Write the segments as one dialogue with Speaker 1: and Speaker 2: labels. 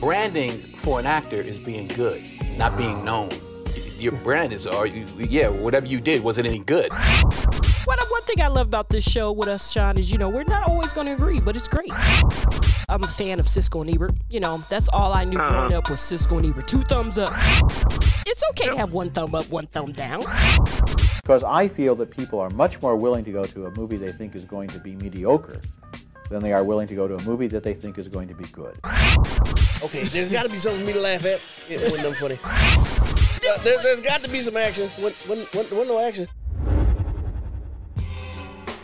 Speaker 1: branding for an actor is being good, not being known. Your brand is, are you, yeah, whatever you did, was it any good?
Speaker 2: What, one thing I love about this show with us, Sean, is you know we're not always going to agree, but it's great. I'm a fan of Cisco and Ebert. You know, that's all I knew growing up was Cisco and Ebert. Two thumbs up. It's okay to have one thumb up, one thumb down.
Speaker 3: Because I feel that people are much more willing to go to a movie they think is going to be mediocre than they are willing to go to a movie that they think is going to be good.
Speaker 4: Okay, there's got to be something for me to laugh at. It wasn't nothing funny. Uh, there, there's got to be some action. When, when, when, when no action.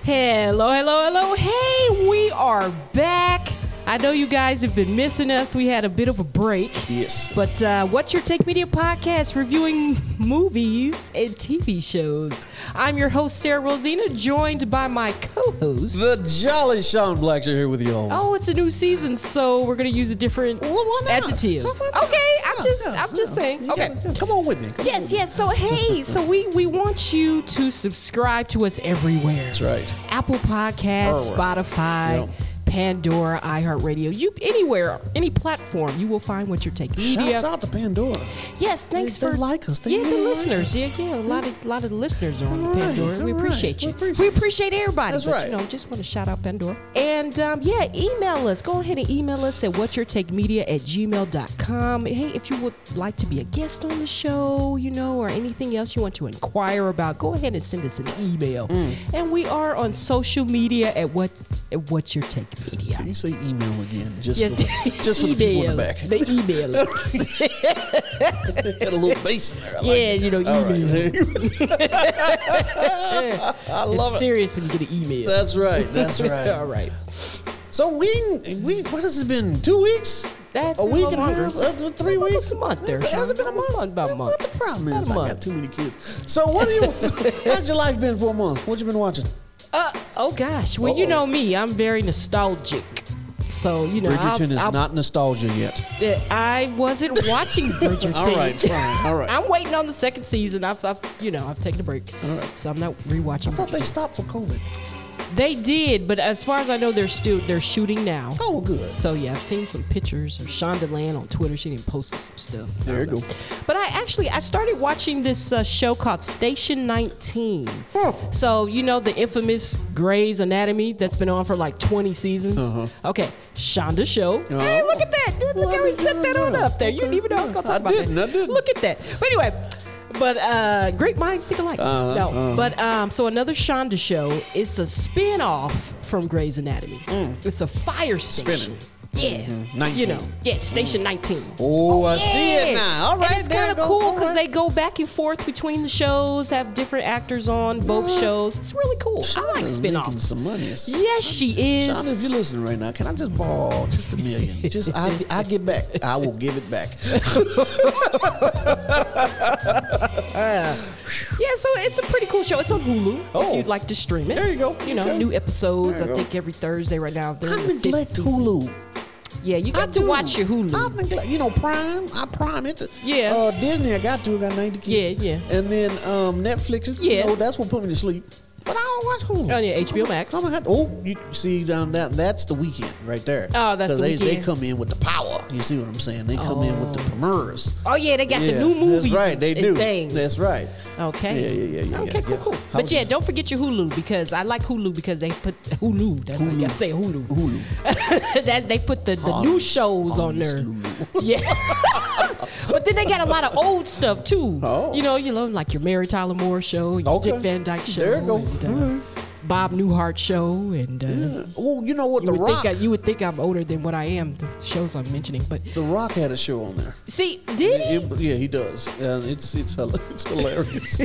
Speaker 2: Hello, hello, hello. Hey, we are back. I know you guys have been missing us. We had a bit of a break.
Speaker 4: Yes.
Speaker 2: But uh, what's your Take Media podcast reviewing movies and TV shows? I'm your host, Sarah Rosina, joined by my co host.
Speaker 5: The jolly Sean Black's here with you all.
Speaker 2: Oh, it's a new season, so we're gonna use a different
Speaker 5: why not?
Speaker 2: adjective.
Speaker 5: Why not?
Speaker 2: Okay, I'm
Speaker 5: Yeah,
Speaker 2: just
Speaker 5: yeah,
Speaker 2: I'm just
Speaker 5: yeah.
Speaker 2: saying.
Speaker 5: You
Speaker 2: Okay.
Speaker 5: gotta- yeah, come on with me. Come on
Speaker 2: Yes,
Speaker 5: with
Speaker 2: yes. So hey, so we we want you to subscribe to us everywhere. That's
Speaker 5: me. Right.
Speaker 2: Apple Podcasts,
Speaker 5: Everywhere.
Speaker 2: Spotify,
Speaker 5: Yep.
Speaker 2: Pandora, iHeartRadio. You anywhere, any platform, you will find what you're taking. Media.
Speaker 5: Shouts out to Pandora.
Speaker 2: Yes, thanks
Speaker 5: They-
Speaker 2: for
Speaker 5: they like us. They
Speaker 2: yeah,
Speaker 5: really
Speaker 2: the
Speaker 5: like
Speaker 2: listeners.
Speaker 5: us.
Speaker 2: Yeah, yeah. A lot of lot of listeners are on
Speaker 5: All right,
Speaker 2: Pandora. we
Speaker 5: all
Speaker 2: appreciate
Speaker 5: right.
Speaker 2: you.
Speaker 5: We appreciate
Speaker 2: we
Speaker 5: you.
Speaker 2: appreciate everybody.
Speaker 5: That's
Speaker 2: but,
Speaker 5: right.
Speaker 2: You know, just want to shout out Pandora. And um, yeah, email us. Go ahead and email us at whatyourtakemedia at gmail.com. Hey, if you would like to be a guest on the show, you know, or anything else you want to inquire about, go ahead and send us an email.
Speaker 5: Mm.
Speaker 2: And we are on social media at what at what's your take media.
Speaker 5: Can you say email again? Just
Speaker 2: Yes,
Speaker 5: for, the- just for the people in the
Speaker 2: Email.
Speaker 5: back.
Speaker 2: They email us.
Speaker 5: Got a little bass in there. I like
Speaker 2: yeah,
Speaker 5: it.
Speaker 2: you know,
Speaker 5: All right.
Speaker 2: email.
Speaker 5: I love
Speaker 2: it's
Speaker 5: it.
Speaker 2: serious when you get an email.
Speaker 5: That's right. That's
Speaker 2: All
Speaker 5: right.
Speaker 2: right.
Speaker 5: So we we what has it been? Two weeks?
Speaker 2: That's
Speaker 5: a
Speaker 2: been a
Speaker 5: week
Speaker 2: little
Speaker 5: and a
Speaker 2: longer.
Speaker 5: half? Uh, three
Speaker 2: Almost
Speaker 5: weeks?
Speaker 2: a month there,
Speaker 5: Has
Speaker 2: Sean.
Speaker 5: it been a month?
Speaker 2: About a month.
Speaker 5: What the problem
Speaker 2: About
Speaker 5: is?
Speaker 2: a
Speaker 5: I
Speaker 2: month.
Speaker 5: got too many kids. So what do you? how's your life been for a month? What you been watching?
Speaker 2: Uh, oh gosh. Well, you
Speaker 5: Uh-oh.
Speaker 2: know me. I'm very nostalgic. So you know,
Speaker 5: Bridgerton
Speaker 2: I'll,
Speaker 5: is
Speaker 2: I'll,
Speaker 5: not nostalgia yet.
Speaker 2: uh, I wasn't watching Bridgerton.
Speaker 5: All right, fine. All right.
Speaker 2: I'm waiting on the second season. I've, I've you know, I've taken a break, so I'm not rewatching.
Speaker 5: I thought they
Speaker 2: Bridgerton.
Speaker 5: stopped for COVID.
Speaker 2: They did, but as far as I know, they're still they're shooting now.
Speaker 5: Oh, good.
Speaker 2: So yeah, I've seen some pictures of Shonda Land on Twitter. She didn't post some stuff. I
Speaker 5: There you
Speaker 2: don't know.
Speaker 5: go.
Speaker 2: But I actually I started watching this uh, show called Station 19.
Speaker 5: Huh.
Speaker 2: So you know the infamous Grey's Anatomy that's been on for like 20 seasons. Okay, Shonda show. Hey, look at that! Dude, look
Speaker 5: Uh-huh. Oh. Well,
Speaker 2: how he
Speaker 5: I
Speaker 2: set that on
Speaker 5: didn't know.
Speaker 2: up there. You didn't even know I was going to talk
Speaker 5: I
Speaker 2: about
Speaker 5: didn't,
Speaker 2: that.
Speaker 5: I didn't.
Speaker 2: Look at that. But anyway. But uh, great minds think alike.
Speaker 5: Uh-huh,
Speaker 2: no, but um, so another Shonda show. It's a spin-off from Grey's Anatomy. It's a fire station.
Speaker 5: Mm. Spinning. Mm-hmm.
Speaker 2: Yeah, you
Speaker 5: 19.
Speaker 2: know, yeah, station 19.
Speaker 5: Oh, I see it
Speaker 2: Yeah.
Speaker 5: now. All right,
Speaker 2: and it's
Speaker 5: there
Speaker 2: kind of
Speaker 5: you go.
Speaker 2: cool
Speaker 5: All
Speaker 2: because
Speaker 5: right.
Speaker 2: they go back and forth between the shows, have different actors on both
Speaker 5: Mm.
Speaker 2: shows. It's really cool. I like
Speaker 5: Shonda's Making
Speaker 2: spin-offs.
Speaker 5: some money. Yes,
Speaker 2: Yes, she
Speaker 5: Shonda, if
Speaker 2: is.
Speaker 5: you're listening right now, can I just borrow just a million? just I, I get back. I will give it back.
Speaker 2: Yeah, so it's a pretty cool show. It's on Hulu if
Speaker 5: Oh.
Speaker 2: you'd like to stream it.
Speaker 5: There you go.
Speaker 2: You know,
Speaker 5: Okay.
Speaker 2: new episodes. I
Speaker 5: There you go.
Speaker 2: think every Thursday right now. They're
Speaker 5: I
Speaker 2: in the fifth
Speaker 5: neglect
Speaker 2: season.
Speaker 5: Hulu.
Speaker 2: Yeah, you
Speaker 5: I
Speaker 2: got to
Speaker 5: do.
Speaker 2: watch your Hulu.
Speaker 5: I neglect. You know, Prime. I Prime it.
Speaker 2: Yeah.
Speaker 5: Uh, Disney. I got to. I got ninety kids.
Speaker 2: Yeah, yeah.
Speaker 5: And then um, Netflix.
Speaker 2: Yeah.
Speaker 5: You know, that's what put me to sleep. But I don't watch Hulu.
Speaker 2: Oh, yeah, HBO Max.
Speaker 5: I'm gonna have- oh, you see down that that's the weekend right there.
Speaker 2: Oh, that's
Speaker 5: 'Cause
Speaker 2: the
Speaker 5: they, They
Speaker 2: weekend.
Speaker 5: come in with the power. You see what I'm saying? They come in with the premiers.
Speaker 2: Oh yeah, they got the
Speaker 5: Yeah,
Speaker 2: new movies.
Speaker 5: That's right, they
Speaker 2: and
Speaker 5: do.
Speaker 2: Things. Oh.
Speaker 5: That's right.
Speaker 2: Okay.
Speaker 5: Yeah, yeah, yeah, yeah,
Speaker 2: Okay,
Speaker 5: yeah,
Speaker 2: cool,
Speaker 5: yeah.
Speaker 2: cool.
Speaker 5: How
Speaker 2: but
Speaker 5: was
Speaker 2: yeah,
Speaker 5: it?
Speaker 2: don't forget your Hulu because I like Hulu because they put Hulu. That's how you gotta say Hulu. Hulu. that they put the, the new
Speaker 5: Honest-
Speaker 2: shows on
Speaker 5: honest
Speaker 2: there.
Speaker 5: Hulu.
Speaker 2: Yeah. but then they got a lot of old stuff too.
Speaker 5: Oh.
Speaker 2: You know, you know, like your Mary Tyler Moore show, your
Speaker 5: Okay.
Speaker 2: Dick Van Dyke show,
Speaker 5: There you go.
Speaker 2: and, uh,
Speaker 5: All right.
Speaker 2: Bob Newhart show, and uh,
Speaker 5: Oh, you know what?
Speaker 2: you
Speaker 5: the
Speaker 2: would
Speaker 5: Rock.
Speaker 2: think I, you would think I'm older than what I am. The shows I'm mentioning, but
Speaker 5: the Rock had a show on there.
Speaker 2: see, did he?
Speaker 5: It- yeah, he does. And it's it's hila- it's hilarious.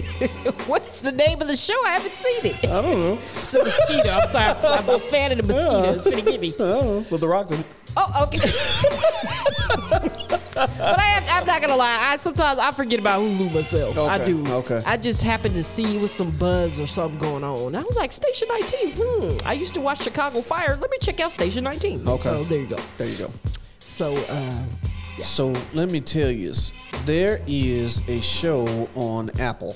Speaker 2: What's the name of the show? I haven't seen it.
Speaker 5: I don't know.
Speaker 2: It's a mosquito. I'm sorry. I'm a fan of the mosquito. It's gonna get me.
Speaker 5: I don't know. But the Rock's in it.
Speaker 2: Oh, okay. but I have, I'm not gonna lie. I sometimes I forget about Hulu myself. I
Speaker 5: Okay,
Speaker 2: do.
Speaker 5: okay.
Speaker 2: I just happened to see it was some buzz or something going on. I was like, Station 19. Hmm. I used to watch Chicago Fire. Let me check out Station 19.
Speaker 5: Okay.
Speaker 2: So there you go.
Speaker 5: There you go.
Speaker 2: So uh,
Speaker 5: So let me tell you, there is a show on Apple,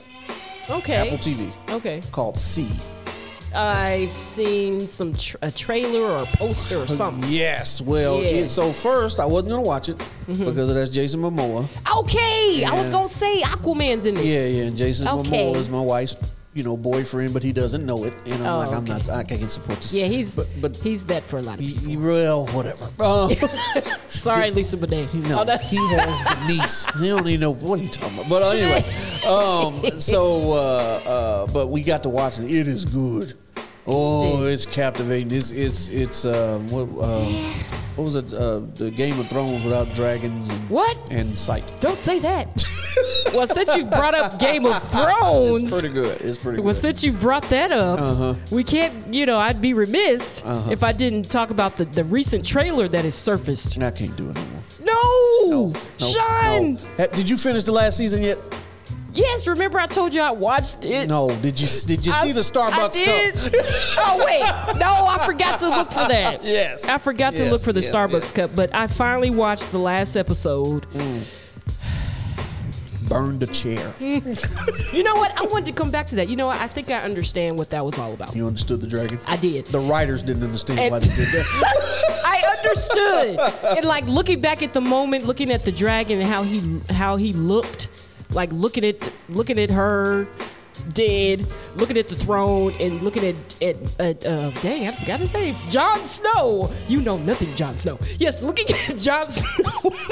Speaker 2: okay.
Speaker 5: Apple TV,
Speaker 2: Okay.
Speaker 5: called C.
Speaker 2: I've seen some tr a trailer or a poster or something.
Speaker 5: Yes. Well,
Speaker 2: Yeah.
Speaker 5: it- so first, I wasn't gonna watch it because of that's Jason Momoa.
Speaker 2: Okay, I was
Speaker 5: Yeah.
Speaker 2: gonna say Aquaman's in there.
Speaker 5: Yeah, yeah. And Jason
Speaker 2: Okay.
Speaker 5: Momoa is my wife's, you know, boyfriend, but he doesn't know it. And I'm
Speaker 2: Oh,
Speaker 5: like, I'm
Speaker 2: okay.
Speaker 5: not. I can't support this.
Speaker 2: Yeah, he's
Speaker 5: But but
Speaker 2: he's that for a lot of
Speaker 5: he,
Speaker 2: people.
Speaker 5: he- well, whatever. Uh,
Speaker 2: Sorry, Lisa Bonet.
Speaker 5: No,
Speaker 2: Oh, no.
Speaker 5: he has Denise. He don't even know what are you talking about. But uh, anyway, um, so uh, uh, but we got to watch it. It is good. Oh, it's captivating. It's it's it's um, what, um, what was it? Uh, the Game of Thrones without dragons. And,
Speaker 2: What?
Speaker 5: and sight.
Speaker 2: Don't say that. well, since you brought up Game of Thrones,
Speaker 5: It's pretty good. Uh-huh. It's pretty
Speaker 2: Well,
Speaker 5: good.
Speaker 2: since you brought that up, we can't. You know, I'd be remiss
Speaker 5: Uh-huh.
Speaker 2: if I didn't talk about the, the recent trailer that has surfaced.
Speaker 5: I can't do it no more.
Speaker 2: No,
Speaker 5: No,
Speaker 2: Sean.
Speaker 5: no. Ha- Did you finish the last season yet?
Speaker 2: Yes, remember I told you I watched it.
Speaker 5: No. Did you did you
Speaker 2: I-
Speaker 5: see the
Speaker 2: I
Speaker 5: Starbucks cup?
Speaker 2: did. oh wait, no, I forgot to look for that.
Speaker 5: Yes.
Speaker 2: I forgot to
Speaker 5: Yes,
Speaker 2: look for the
Speaker 5: yes,
Speaker 2: Starbucks
Speaker 5: yes. Mm.
Speaker 2: cup, but I finally watched the last episode.
Speaker 5: Burned the chair.
Speaker 2: You know what? I wanted to come back to that. You know, what? I think I understand what that was all about.
Speaker 5: You understood the dragon.
Speaker 2: I did.
Speaker 5: The writers didn't understand
Speaker 2: And-
Speaker 5: why they did that.
Speaker 2: I understood. and like looking back at the moment, looking at the dragon and how he how he looked, like looking at looking at her dead, looking at the throne, and looking at at, at uh, dang, I forgot his name, Jon Snow. You know nothing, Jon Snow. Yes, looking at Jon Snow.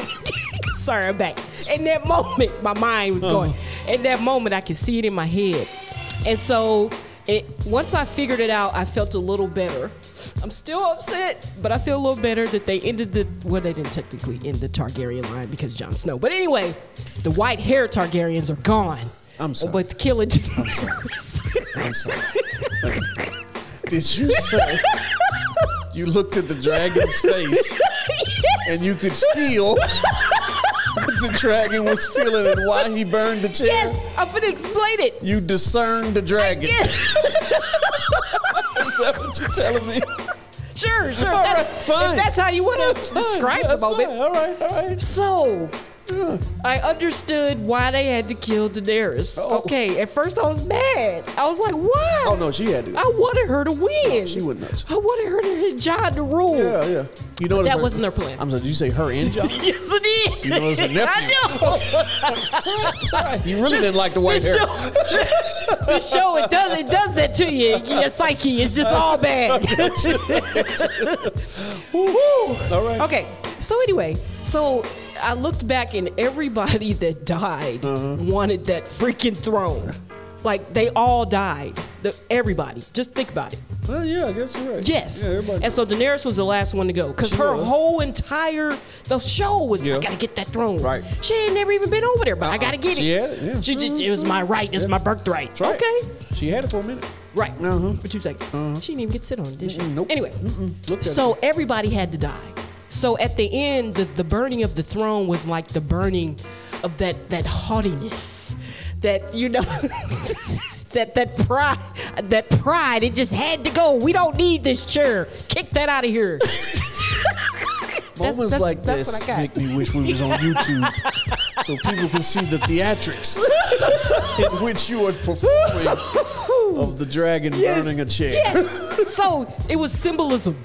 Speaker 2: Sorry, I'm back. In that moment, my mind was going. In that moment, I could see it in my head, and so. It, once I figured it out, I felt a little better. I'm still upset, but I feel a little better that they ended the well, they didn't technically end the Targaryen line because Jon Snow. But anyway, the white haired Targaryens are gone.
Speaker 5: I'm sorry.
Speaker 2: But the killing
Speaker 5: I'm sorry. I'm sorry. Did you say you looked at the dragon's face and you could feel what the dragon was feeling and why he burned the chair?
Speaker 2: Yes, I'm finna explain it.
Speaker 5: You discerned the dragon.
Speaker 2: Yes,
Speaker 5: Is that what you're telling me?
Speaker 2: sure, sure.
Speaker 5: All
Speaker 2: that's,
Speaker 5: right, fine.
Speaker 2: If that's how you want
Speaker 5: That's
Speaker 2: to
Speaker 5: fine.
Speaker 2: describe
Speaker 5: That's
Speaker 2: the moment.
Speaker 5: fine. All right, all right.
Speaker 2: So, I understood why they had to kill Daenerys.
Speaker 5: Oh.
Speaker 2: Okay, at first I was mad. I was like, why?
Speaker 5: Oh no, she had to.
Speaker 2: I wanted her to win.
Speaker 5: she wouldn't have.
Speaker 2: I wanted her to hit John to rule.
Speaker 5: Yeah, yeah. You know
Speaker 2: that wasn't her plan.
Speaker 5: I'm sorry. Did you say her and John?
Speaker 2: Yes, it did.
Speaker 5: You know, it's her nephew.
Speaker 2: I know.
Speaker 5: It's all right, it's all right. You really didn't like the white
Speaker 2: This
Speaker 5: hair.
Speaker 2: show, this show, it does it does that to you. Your psyche It's just all bad. Woo.
Speaker 5: All right.
Speaker 2: Okay. So anyway, so I looked back and everybody that died
Speaker 5: Uh-huh.
Speaker 2: wanted that freaking throne. Like they all died. The, everybody. Just think about it.
Speaker 5: Well, yeah, I guess you're right.
Speaker 2: Yes.
Speaker 5: Yeah, everybody.
Speaker 2: and so Daenerys was the last one to go because
Speaker 5: She
Speaker 2: her
Speaker 5: was.
Speaker 2: whole entire the show was I
Speaker 5: Yeah.
Speaker 2: gotta get that throne.
Speaker 5: Right.
Speaker 2: She ain't never even been over there, but I
Speaker 5: Uh-uh.
Speaker 2: gotta get
Speaker 5: She
Speaker 2: it.
Speaker 5: had it, yeah.
Speaker 2: She just it was my right. It's my birthright.
Speaker 5: That's right.
Speaker 2: Okay.
Speaker 5: She had it for a minute.
Speaker 2: Right.
Speaker 5: Uh-huh.
Speaker 2: For two seconds. She didn't even get to sit on it, did she?
Speaker 5: Mm-mm, nope.
Speaker 2: Anyway.
Speaker 5: Mm-mm. Looked at
Speaker 2: So everybody had to die. So at the end, the, the burning of the throne was like the burning of that that haughtiness. That, you know, that that pride that pride, it just had to go. We don't need this chair. Kick that out of here. That's-
Speaker 5: Moments
Speaker 2: that's-
Speaker 5: like
Speaker 2: that's
Speaker 5: this
Speaker 2: what I got.
Speaker 5: make me wish we was on YouTube so people can see the theatrics in which you are performing of the dragon burning a chair.
Speaker 2: Yes. So it was symbolism.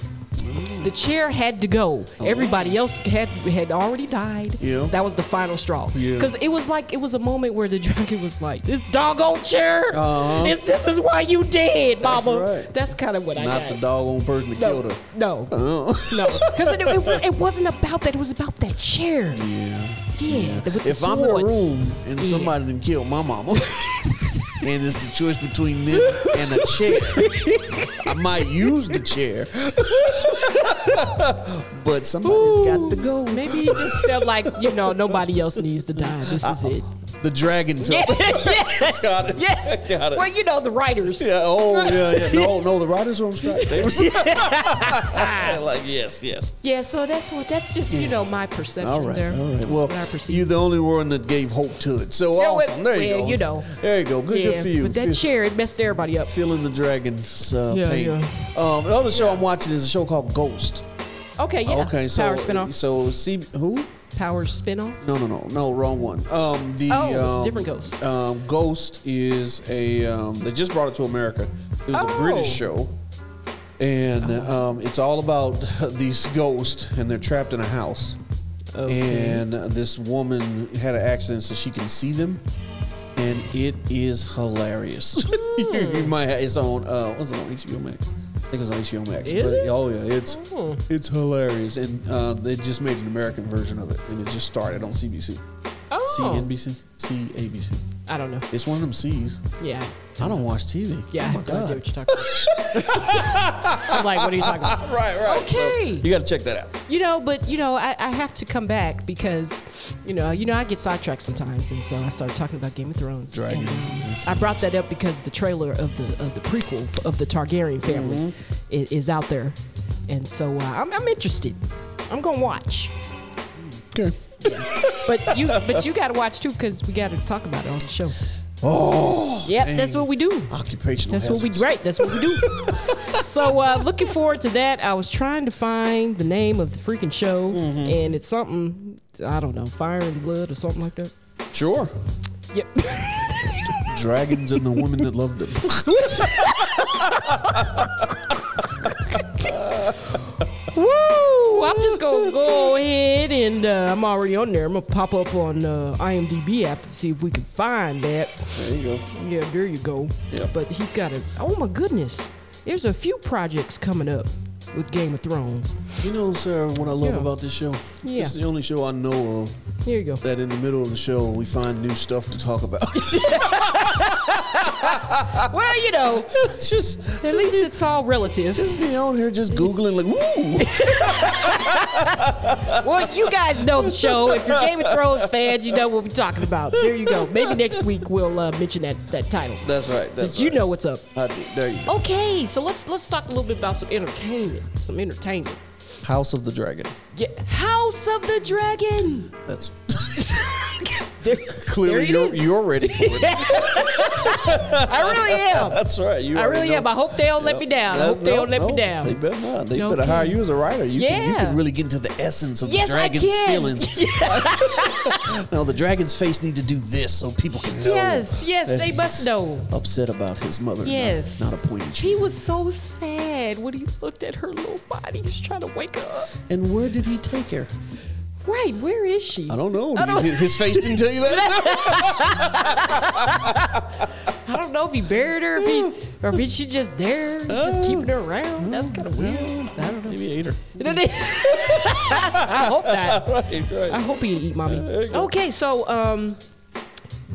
Speaker 2: The chair had to go. Everybody else had had already died.
Speaker 5: Yeah.
Speaker 2: That was the final straw.
Speaker 5: Yeah.
Speaker 2: Because it was like it was a moment where the dragon was like, "This doggone chair!
Speaker 5: Uh-huh.
Speaker 2: It's- this is why you dead, Mama."
Speaker 5: right.
Speaker 2: That's kind of what I
Speaker 5: Not
Speaker 2: got.
Speaker 5: the doggone person that
Speaker 2: No,
Speaker 5: killed her. Uh-huh.
Speaker 2: no, no. Because it, it, wa- it wasn't about that. It was about that chair.
Speaker 5: Yeah.
Speaker 2: Yeah. with the
Speaker 5: If I'm in a
Speaker 2: swords.
Speaker 5: room and
Speaker 2: Yeah.
Speaker 5: somebody done killed my mama, and it's the choice between them and a chair, I might use the chair, but somebody's got to go.
Speaker 2: maybe it just felt like you know nobody else needs to die. This is it.
Speaker 5: The dragon felt got it.
Speaker 2: Yes.
Speaker 5: Got it.
Speaker 2: Well, you know the writers.
Speaker 5: Yeah, oh, yeah, yeah. No, no, the writers were on strike. They were like, yes, yes.
Speaker 2: Yeah, so that's what that's just you know my perception
Speaker 5: All right,
Speaker 2: there.
Speaker 5: all right.
Speaker 2: That's
Speaker 5: Well,
Speaker 2: what I perceive.
Speaker 5: you're the only one that gave hope to it. So
Speaker 2: No, it-
Speaker 5: awesome. there you
Speaker 2: well,
Speaker 5: go.
Speaker 2: you know.
Speaker 5: There you go. Good,
Speaker 2: yeah,
Speaker 5: good for you.
Speaker 2: But that
Speaker 5: Fist-
Speaker 2: chair it messed everybody up.
Speaker 5: feeling the dragon's uh,
Speaker 2: Yeah,
Speaker 5: pain.
Speaker 2: yeah.
Speaker 5: Um, the other show I'm watching is a show called Ghost.
Speaker 2: Okay, yeah.
Speaker 5: Okay, so
Speaker 2: Power spinoff.
Speaker 5: so C who?
Speaker 2: Power spinoff.
Speaker 5: No, no, no, no, wrong one. Um, the
Speaker 2: Oh, it's a
Speaker 5: um,
Speaker 2: different Ghost.
Speaker 5: Um, Ghost is a um, they just brought it to America. It was
Speaker 2: Oh.
Speaker 5: a British show, and um, it's all about these ghosts and they're trapped in a house. And this woman had an accident, so she can see them, and it is hilarious. You- you, might have, it's on uh, was it on HBO Max? I think it was on HBO Max.
Speaker 2: Is it?
Speaker 5: Oh yeah, it's
Speaker 2: Oh.
Speaker 5: it's hilarious, and uh, they just made an American version of it, and it just started on CBC,
Speaker 2: Oh,
Speaker 5: CNBC, CABC.
Speaker 2: I don't know.
Speaker 5: It's one of them C's.
Speaker 2: Yeah,
Speaker 5: I don't watch TV.
Speaker 2: yeah. I
Speaker 5: Oh my
Speaker 2: don't know
Speaker 5: god.
Speaker 2: what you're talking about. I'm like, what are you talking about?
Speaker 5: Right, right.
Speaker 2: Okay.
Speaker 5: you got to check that out.
Speaker 2: You know, but you know, I, I have to come back because, you know, you know, I get sidetracked sometimes, and so I started talking about Game of Thrones.
Speaker 5: Dragons
Speaker 2: And,
Speaker 5: and
Speaker 2: um, I brought that up because the trailer of the of the prequel of the Targaryen family i- is, out there, and so uh, I'm, I'm interested. I'm gonna watch,
Speaker 5: Okay.
Speaker 2: but you but you gotta watch too because we gotta talk about it on the show.
Speaker 5: Oh.
Speaker 2: Yep,
Speaker 5: dang.
Speaker 2: that's what we do.
Speaker 5: Occupational.
Speaker 2: That's what we
Speaker 5: hazards.
Speaker 2: right. That's what we do. so uh, looking forward to that. I was trying to find the name of the freaking show, and it's something I don't know, Fire and Blood or something like that.
Speaker 5: Sure.
Speaker 2: Yep.
Speaker 5: Dragons and the women that love them.
Speaker 2: Woo! I'm just gonna go ahead and uh, I'm already on there. I'm gonna pop up on uh, IMDb app to see if we can find that.
Speaker 5: there you go.
Speaker 2: Yeah, there you go.
Speaker 5: Yeah.
Speaker 2: But he's got a. Oh my goodness! There's a few projects coming up with Game of Thrones.
Speaker 5: You know, Sarah, what I love
Speaker 2: Yeah.
Speaker 5: about this show?
Speaker 2: Yeah.
Speaker 5: It's the only show I know of
Speaker 2: Here you go.
Speaker 5: that in the middle of the show we find new stuff to talk about.
Speaker 2: Well, you know,
Speaker 5: just, just
Speaker 2: at least it's all relative.
Speaker 5: just be on here just googling like woo.
Speaker 2: Well, you guys know the show. If you're Game of Thrones fans, you know what we're talking about. There you go. Maybe next week we'll uh, mention that, that title.
Speaker 5: That's right. That's
Speaker 2: But you
Speaker 5: right.
Speaker 2: know what's up.
Speaker 5: I do. There you go.
Speaker 2: Okay, so let's let's talk a little bit about some entertainment. Some entertainment.
Speaker 5: House of the Dragon.
Speaker 2: Yeah. House of the Dragon.
Speaker 5: That's
Speaker 2: There, there
Speaker 5: clearly
Speaker 2: it
Speaker 5: you're
Speaker 2: is.
Speaker 5: you're ready for it.
Speaker 2: I really am.
Speaker 5: That's right. You
Speaker 2: I
Speaker 5: already
Speaker 2: really
Speaker 5: know.
Speaker 2: am. I hope they don't let me down. I
Speaker 5: That's-
Speaker 2: hope they
Speaker 5: no,
Speaker 2: don't let
Speaker 5: no,
Speaker 2: me down.
Speaker 5: They better not. They
Speaker 2: No
Speaker 5: better hire
Speaker 2: kidding.
Speaker 5: you as a writer. You can you
Speaker 2: Yeah.
Speaker 5: can really get into the essence of
Speaker 2: Yes,
Speaker 5: the
Speaker 2: I
Speaker 5: dragon's
Speaker 2: can.
Speaker 5: feelings. no, the dragon's face need to do this so people can know.
Speaker 2: Yes, yes,
Speaker 5: that
Speaker 2: they
Speaker 5: he's
Speaker 2: must know.
Speaker 5: Upset about his mother. not-
Speaker 2: Yes.
Speaker 5: Not, appointed
Speaker 2: He
Speaker 5: you.
Speaker 2: was so sad when he looked at her little body. He was trying to wake her up.
Speaker 5: And where did he take her?
Speaker 2: Right, where is she?
Speaker 5: I don't know.
Speaker 2: I don't-
Speaker 5: His his face didn't tell you that.
Speaker 2: I don't know if he buried her, if he, or if she just there, just
Speaker 5: Oh.
Speaker 2: keeping her around. That's kind
Speaker 5: Mm-hmm.
Speaker 2: of weird. I don't know.
Speaker 5: Maybe he ate her.
Speaker 2: And then they- I hope not.
Speaker 5: Right,
Speaker 2: I
Speaker 5: right.
Speaker 2: hope he didn't eat mommy. Okay, so um,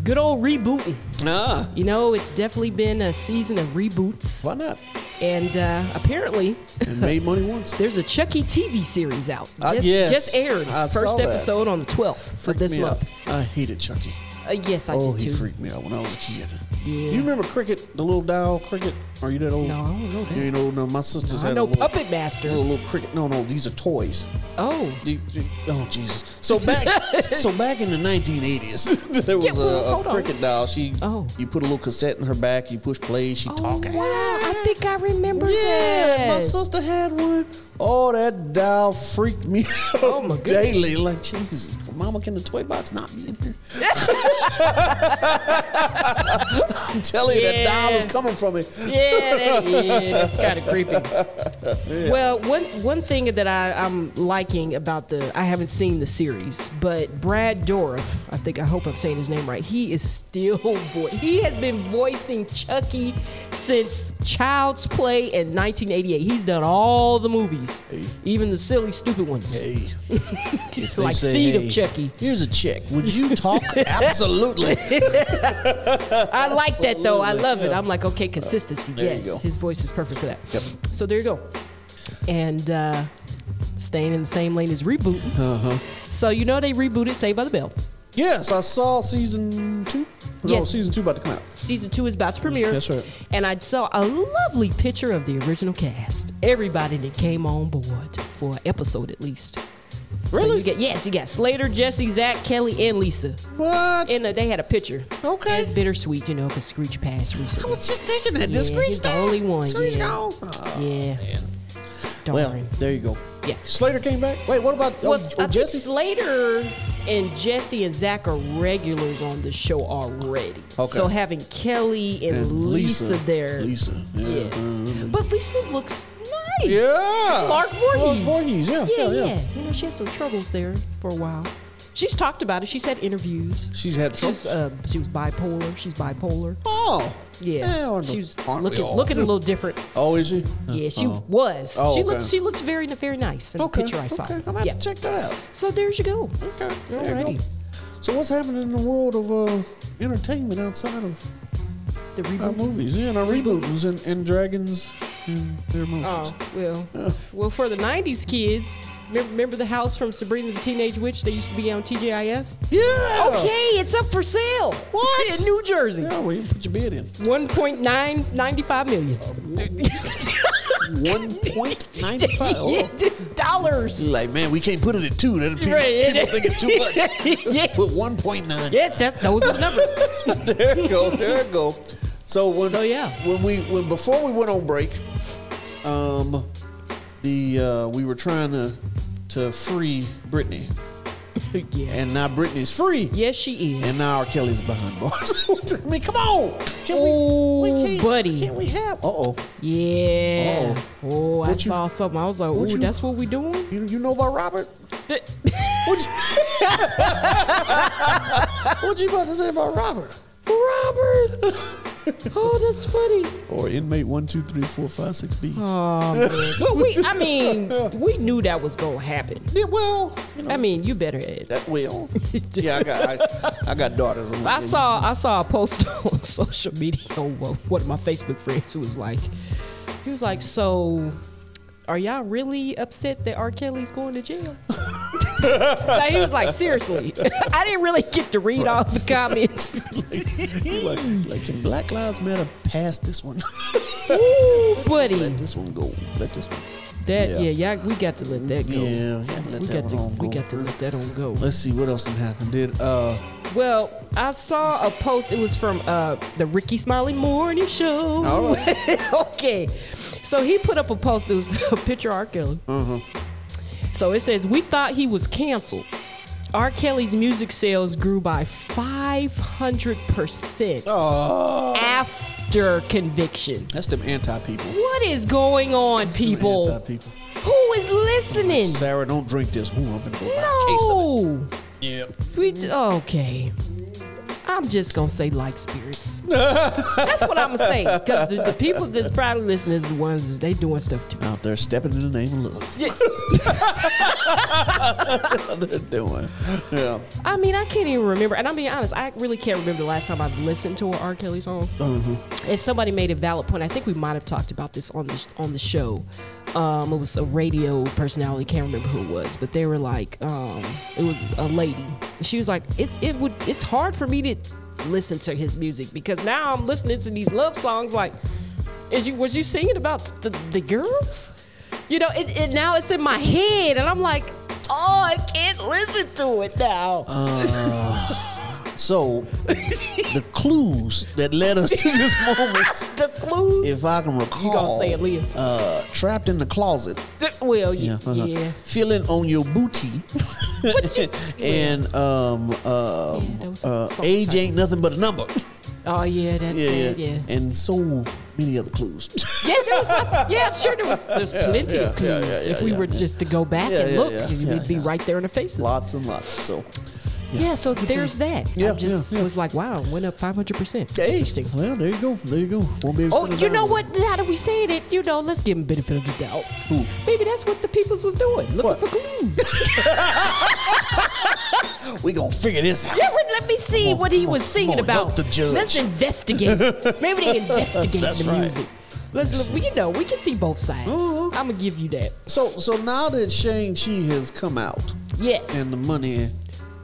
Speaker 2: good old rebooting.
Speaker 5: Nah.
Speaker 2: You know, it's definitely been a season of reboots,
Speaker 5: Ah. Why not?
Speaker 2: and uh, apparently
Speaker 5: And made money once.
Speaker 2: there's a Chucky TV series out.
Speaker 5: Uh,
Speaker 2: Just,
Speaker 5: yes.
Speaker 2: just aired.
Speaker 5: I saw
Speaker 2: First
Speaker 5: that.
Speaker 2: episode on the 12th of
Speaker 5: Freaked
Speaker 2: this
Speaker 5: me
Speaker 2: month.
Speaker 5: Out. I hated Chucky.
Speaker 2: Uh, yes, I
Speaker 5: Oh,
Speaker 2: did
Speaker 5: he
Speaker 2: too.
Speaker 5: freaked me out when I was a kid.
Speaker 2: Yeah.
Speaker 5: You remember Cricket, the little dial Cricket? Are you that old?
Speaker 2: No, I don't know that.
Speaker 5: You ain't old no. My sisters
Speaker 2: I
Speaker 5: had
Speaker 2: know
Speaker 5: a little,
Speaker 2: Puppet Master.
Speaker 5: Little, little Cricket. No, no, these are toys.
Speaker 2: Oh,
Speaker 5: You- you- oh Jesus! So back, so back in the 1980s, there was
Speaker 2: Yeah, well,
Speaker 5: a, a
Speaker 2: hold on.
Speaker 5: Cricket doll. She,
Speaker 2: Oh.
Speaker 5: you put a little cassette in her back. You push play. She
Speaker 2: oh
Speaker 5: talking.
Speaker 2: wow! I think I remember
Speaker 5: Yeah,
Speaker 2: that.
Speaker 5: my sister had one. Oh, that doll freaked me out
Speaker 2: Oh, my goodness.
Speaker 5: daily. Like, Jesus, Mama, can the toy box not be in here? I'm telling you, that doll
Speaker 2: Yeah.
Speaker 5: is coming from it.
Speaker 2: yeah, that, yeah, that's kind of creepy. Well, one one thing that I, I'm liking about the I haven't seen the series, but Brad Dourif, I think I hope I'm saying his name right. He is still vo- he has been voicing Chucky since Child's Play in 1988. He's done all the movies, even the silly, stupid ones.
Speaker 5: Hey. If
Speaker 2: like
Speaker 5: they
Speaker 2: seed of Chucky.
Speaker 5: Here's a check. Would you talk? Absolutely.
Speaker 2: I like that though. I
Speaker 5: Absolutely,
Speaker 2: love it.
Speaker 5: yeah.
Speaker 2: I'm like, okay, consistency.
Speaker 5: There you
Speaker 2: yes,
Speaker 5: go.
Speaker 2: his voice is perfect for that.
Speaker 5: Yep.
Speaker 2: So there you go. And uh, staying in the same lane is rebooting. Uh-huh. So you know they rebooted Saved by the Bell.
Speaker 5: Yes, I saw season two. No,
Speaker 2: Yes.
Speaker 5: season two about to come out.
Speaker 2: Season two is about to premiere.
Speaker 5: That's right.
Speaker 2: And I saw a lovely picture of the original cast. Everybody that came on board for an episode at least. So
Speaker 5: Really?
Speaker 2: you get yes, you got Slater, Jesse, Zach, Kelly, and Lisa.
Speaker 5: What?
Speaker 2: And uh, they had a picture.
Speaker 5: Okay.
Speaker 2: It's bittersweet, you know, because Screech passed
Speaker 5: I
Speaker 2: recently.
Speaker 5: was just thinking that.
Speaker 2: Yeah,
Speaker 5: This Screech
Speaker 2: he's the
Speaker 5: died.
Speaker 2: only one,
Speaker 5: Screech
Speaker 2: yeah.
Speaker 5: gone. Oh,
Speaker 2: Yeah.
Speaker 5: man.
Speaker 2: Darn.
Speaker 5: Well, there you go.
Speaker 2: Yeah.
Speaker 5: Slater came back. Wait, what about
Speaker 2: Well,
Speaker 5: oh, oh,
Speaker 2: I think
Speaker 5: Jesse?
Speaker 2: Slater and Jesse and Zach are regulars on the show already.
Speaker 5: Okay.
Speaker 2: So having Kelly and,
Speaker 5: And
Speaker 2: Lisa, there.
Speaker 5: Lisa, yeah.
Speaker 2: Yeah.
Speaker 5: mhm.
Speaker 2: But Lisa looks nice.
Speaker 5: Yeah.
Speaker 2: Mark Voorhees.
Speaker 5: Mark Voorhees, yeah,
Speaker 2: Yeah,
Speaker 5: yeah, yeah.
Speaker 2: You know, she had some troubles there for a while. She's talked about it. She's had interviews.
Speaker 5: She's had
Speaker 2: She's
Speaker 5: troubles?
Speaker 2: um, she was bipolar. She's bipolar.
Speaker 5: Oh,
Speaker 2: Yeah,
Speaker 5: aren't
Speaker 2: she
Speaker 5: the-
Speaker 2: was
Speaker 5: aren't we
Speaker 2: looking
Speaker 5: all?
Speaker 2: looking a little different.
Speaker 5: Oh, is she?
Speaker 2: Yeah, she
Speaker 5: Oh.
Speaker 2: was.
Speaker 5: Oh,
Speaker 2: she
Speaker 5: okay.
Speaker 2: looked she looked very very nice in
Speaker 5: Okay,
Speaker 2: the picture I saw.
Speaker 5: okay. I'm gonna have
Speaker 2: yeah.
Speaker 5: to check that out.
Speaker 2: So there you go.
Speaker 5: Okay, there you
Speaker 2: Alrighty.
Speaker 5: go. So what's happening in the world of uh, entertainment outside of
Speaker 2: The
Speaker 5: our
Speaker 2: reboot.
Speaker 5: movies? Yeah, and our rebootings and, and dragons and their emotions.
Speaker 2: Oh well, well for the '90s kids, remember, remember the house from Sabrina the Teenage Witch? They used to be on TGIF.
Speaker 5: Yeah.
Speaker 2: Oh. Okay, it's up for sale.
Speaker 5: What?
Speaker 2: in New Jersey?
Speaker 5: Yeah, well, you put your bid in.
Speaker 2: 1.995 million
Speaker 5: One point ninety five.
Speaker 2: dollars.
Speaker 5: Like, man, we can't put it at two. That people,
Speaker 2: Right.
Speaker 5: people think it's too much.
Speaker 2: Yeah.
Speaker 5: Put one point nine.
Speaker 2: Yeah, that, those are the numbers.
Speaker 5: there it go. There it go. So when
Speaker 2: So, yeah.
Speaker 5: when we when before we went on break, um, the uh, we were trying to to free Britney,
Speaker 2: yeah.
Speaker 5: and now Britney's free,
Speaker 2: Yes, she is.
Speaker 5: and uh, now R. Kelly's behind bars. I mean, come on, can
Speaker 2: Ooh,
Speaker 5: can't-
Speaker 2: buddy.
Speaker 5: Can't we have? Uh oh,
Speaker 2: yeah. Oh, I
Speaker 5: What you-
Speaker 2: saw something. I was like, ooh,
Speaker 5: you-
Speaker 2: that's what we doing?
Speaker 5: you you know about Robert? What you, what you about to say about Robert?
Speaker 2: Robert. oh, that's funny.
Speaker 5: Or inmate one two three four five six B?
Speaker 2: Well, we, I mean, we knew that was going to happen.
Speaker 5: Yeah, well, you know,
Speaker 2: I mean, you better had.
Speaker 5: that will. yeah, I got I, I got daughters. I'm
Speaker 2: I
Speaker 5: like,
Speaker 2: saw I saw a post on social media on one one of my Facebook friends who was like, he was like, so are y'all really upset that R. Kelly's going to jail? like, he was like, seriously, I didn't really get to read all the comments.
Speaker 5: He's like, like, can Black Lives Matter pass this one?
Speaker 2: Ooh, buddy,
Speaker 5: Let this one go. Let this one.
Speaker 2: that yeah, yeah, we got to let that go.
Speaker 5: Yeah, we got to let
Speaker 2: we
Speaker 5: that
Speaker 2: got to
Speaker 5: one
Speaker 2: we
Speaker 5: go.
Speaker 2: got to let that on go.
Speaker 5: Let's see what else done happened. Did uh,
Speaker 2: Well, I saw a post. It was from uh, the Ricky Smiley Morning Show.
Speaker 5: All
Speaker 2: okay. So he put up a post. It was a picture of R. Kelly.
Speaker 5: Mm-hmm.
Speaker 2: So it says, We thought he was canceled. R. Kelly's music sales grew by 500%
Speaker 5: oh,
Speaker 2: after conviction.
Speaker 5: that's them anti people.
Speaker 2: What is going on,
Speaker 5: Anti
Speaker 2: people?
Speaker 5: people.
Speaker 2: Who is listening?
Speaker 5: Sarah, don't drink this. Ooh, I'm gonna go buy a case of
Speaker 2: No.
Speaker 5: it. Yep.
Speaker 2: We d- okay. I'm just gonna say like spirits. that's what I'm gonna say. Cause the, the people that's probably listening is the ones that they doing stuff to.
Speaker 5: Out there stepping in the name of love.
Speaker 2: Yeah.
Speaker 5: They're doing. Yeah.
Speaker 2: I mean, I can't even remember. And I'm being honest, I really can't remember the last time I've listened to an R. Kelly song. And somebody made a valid point. I think we might have talked about this on the on the show. Um, it was a radio personality. Can't remember who it was, but they were like, um, it was a lady. She was like, it it would it's hard for me to listen to his music because now I'm listening to these love songs. Like, is you was you singing about the the girls? You know, it, it now it's in my head, and I'm like, oh, I can't listen to it now.
Speaker 5: So, the clues that led us to this moment,
Speaker 2: the clues.
Speaker 5: if I can recall,
Speaker 2: say it, Leah.
Speaker 5: Uh, trapped in the closet.
Speaker 2: Th- well, yeah,
Speaker 5: uh-huh.
Speaker 2: yeah.
Speaker 5: Feeling on your booty. and um, um,
Speaker 2: those
Speaker 5: uh,
Speaker 2: song
Speaker 5: age ain't
Speaker 2: titles.
Speaker 5: nothing but a number.
Speaker 2: Oh yeah, that
Speaker 5: Yeah, yeah,
Speaker 2: yeah, yeah. yeah.
Speaker 5: And so many other clues.
Speaker 2: there was lots, yeah, I'm sure there was there's plenty of clues.
Speaker 5: yeah, yeah, yeah,
Speaker 2: if we
Speaker 5: yeah,
Speaker 2: were just to go back
Speaker 5: Yeah,
Speaker 2: and
Speaker 5: yeah,
Speaker 2: look,
Speaker 5: yeah,
Speaker 2: you
Speaker 5: yeah,
Speaker 2: would be
Speaker 5: yeah.
Speaker 2: right there in the faces.
Speaker 5: lots and lots. So,
Speaker 2: Yeah, so there's that. I
Speaker 5: Yeah,
Speaker 2: just
Speaker 5: yeah, yeah.
Speaker 2: was like, wow, went up 500%.
Speaker 5: Hey,
Speaker 2: Interesting.
Speaker 5: Well, there you go. There you go. Won't be
Speaker 2: Oh,
Speaker 5: expected
Speaker 2: you
Speaker 5: to
Speaker 2: know
Speaker 5: die.
Speaker 2: what? Now that we said it, you know, let's give him benefit of the doubt. Maybe that's what the peoples was doing, looking
Speaker 5: What?
Speaker 2: for clues.
Speaker 5: We gonna figure this out.
Speaker 2: yeah, well, let me see
Speaker 5: Come on,
Speaker 2: what he
Speaker 5: come
Speaker 2: was
Speaker 5: on,
Speaker 2: singing
Speaker 5: come on,
Speaker 2: about.
Speaker 5: help the judge.
Speaker 2: Let's investigate. Maybe they investigate
Speaker 5: That's
Speaker 2: the
Speaker 5: right.
Speaker 2: music. Let's, look, you know, we can see both sides.
Speaker 5: Mhm.
Speaker 2: I'm gonna give you that.
Speaker 5: So, so now that Shang Chi has come out,
Speaker 2: Yes.
Speaker 5: and the money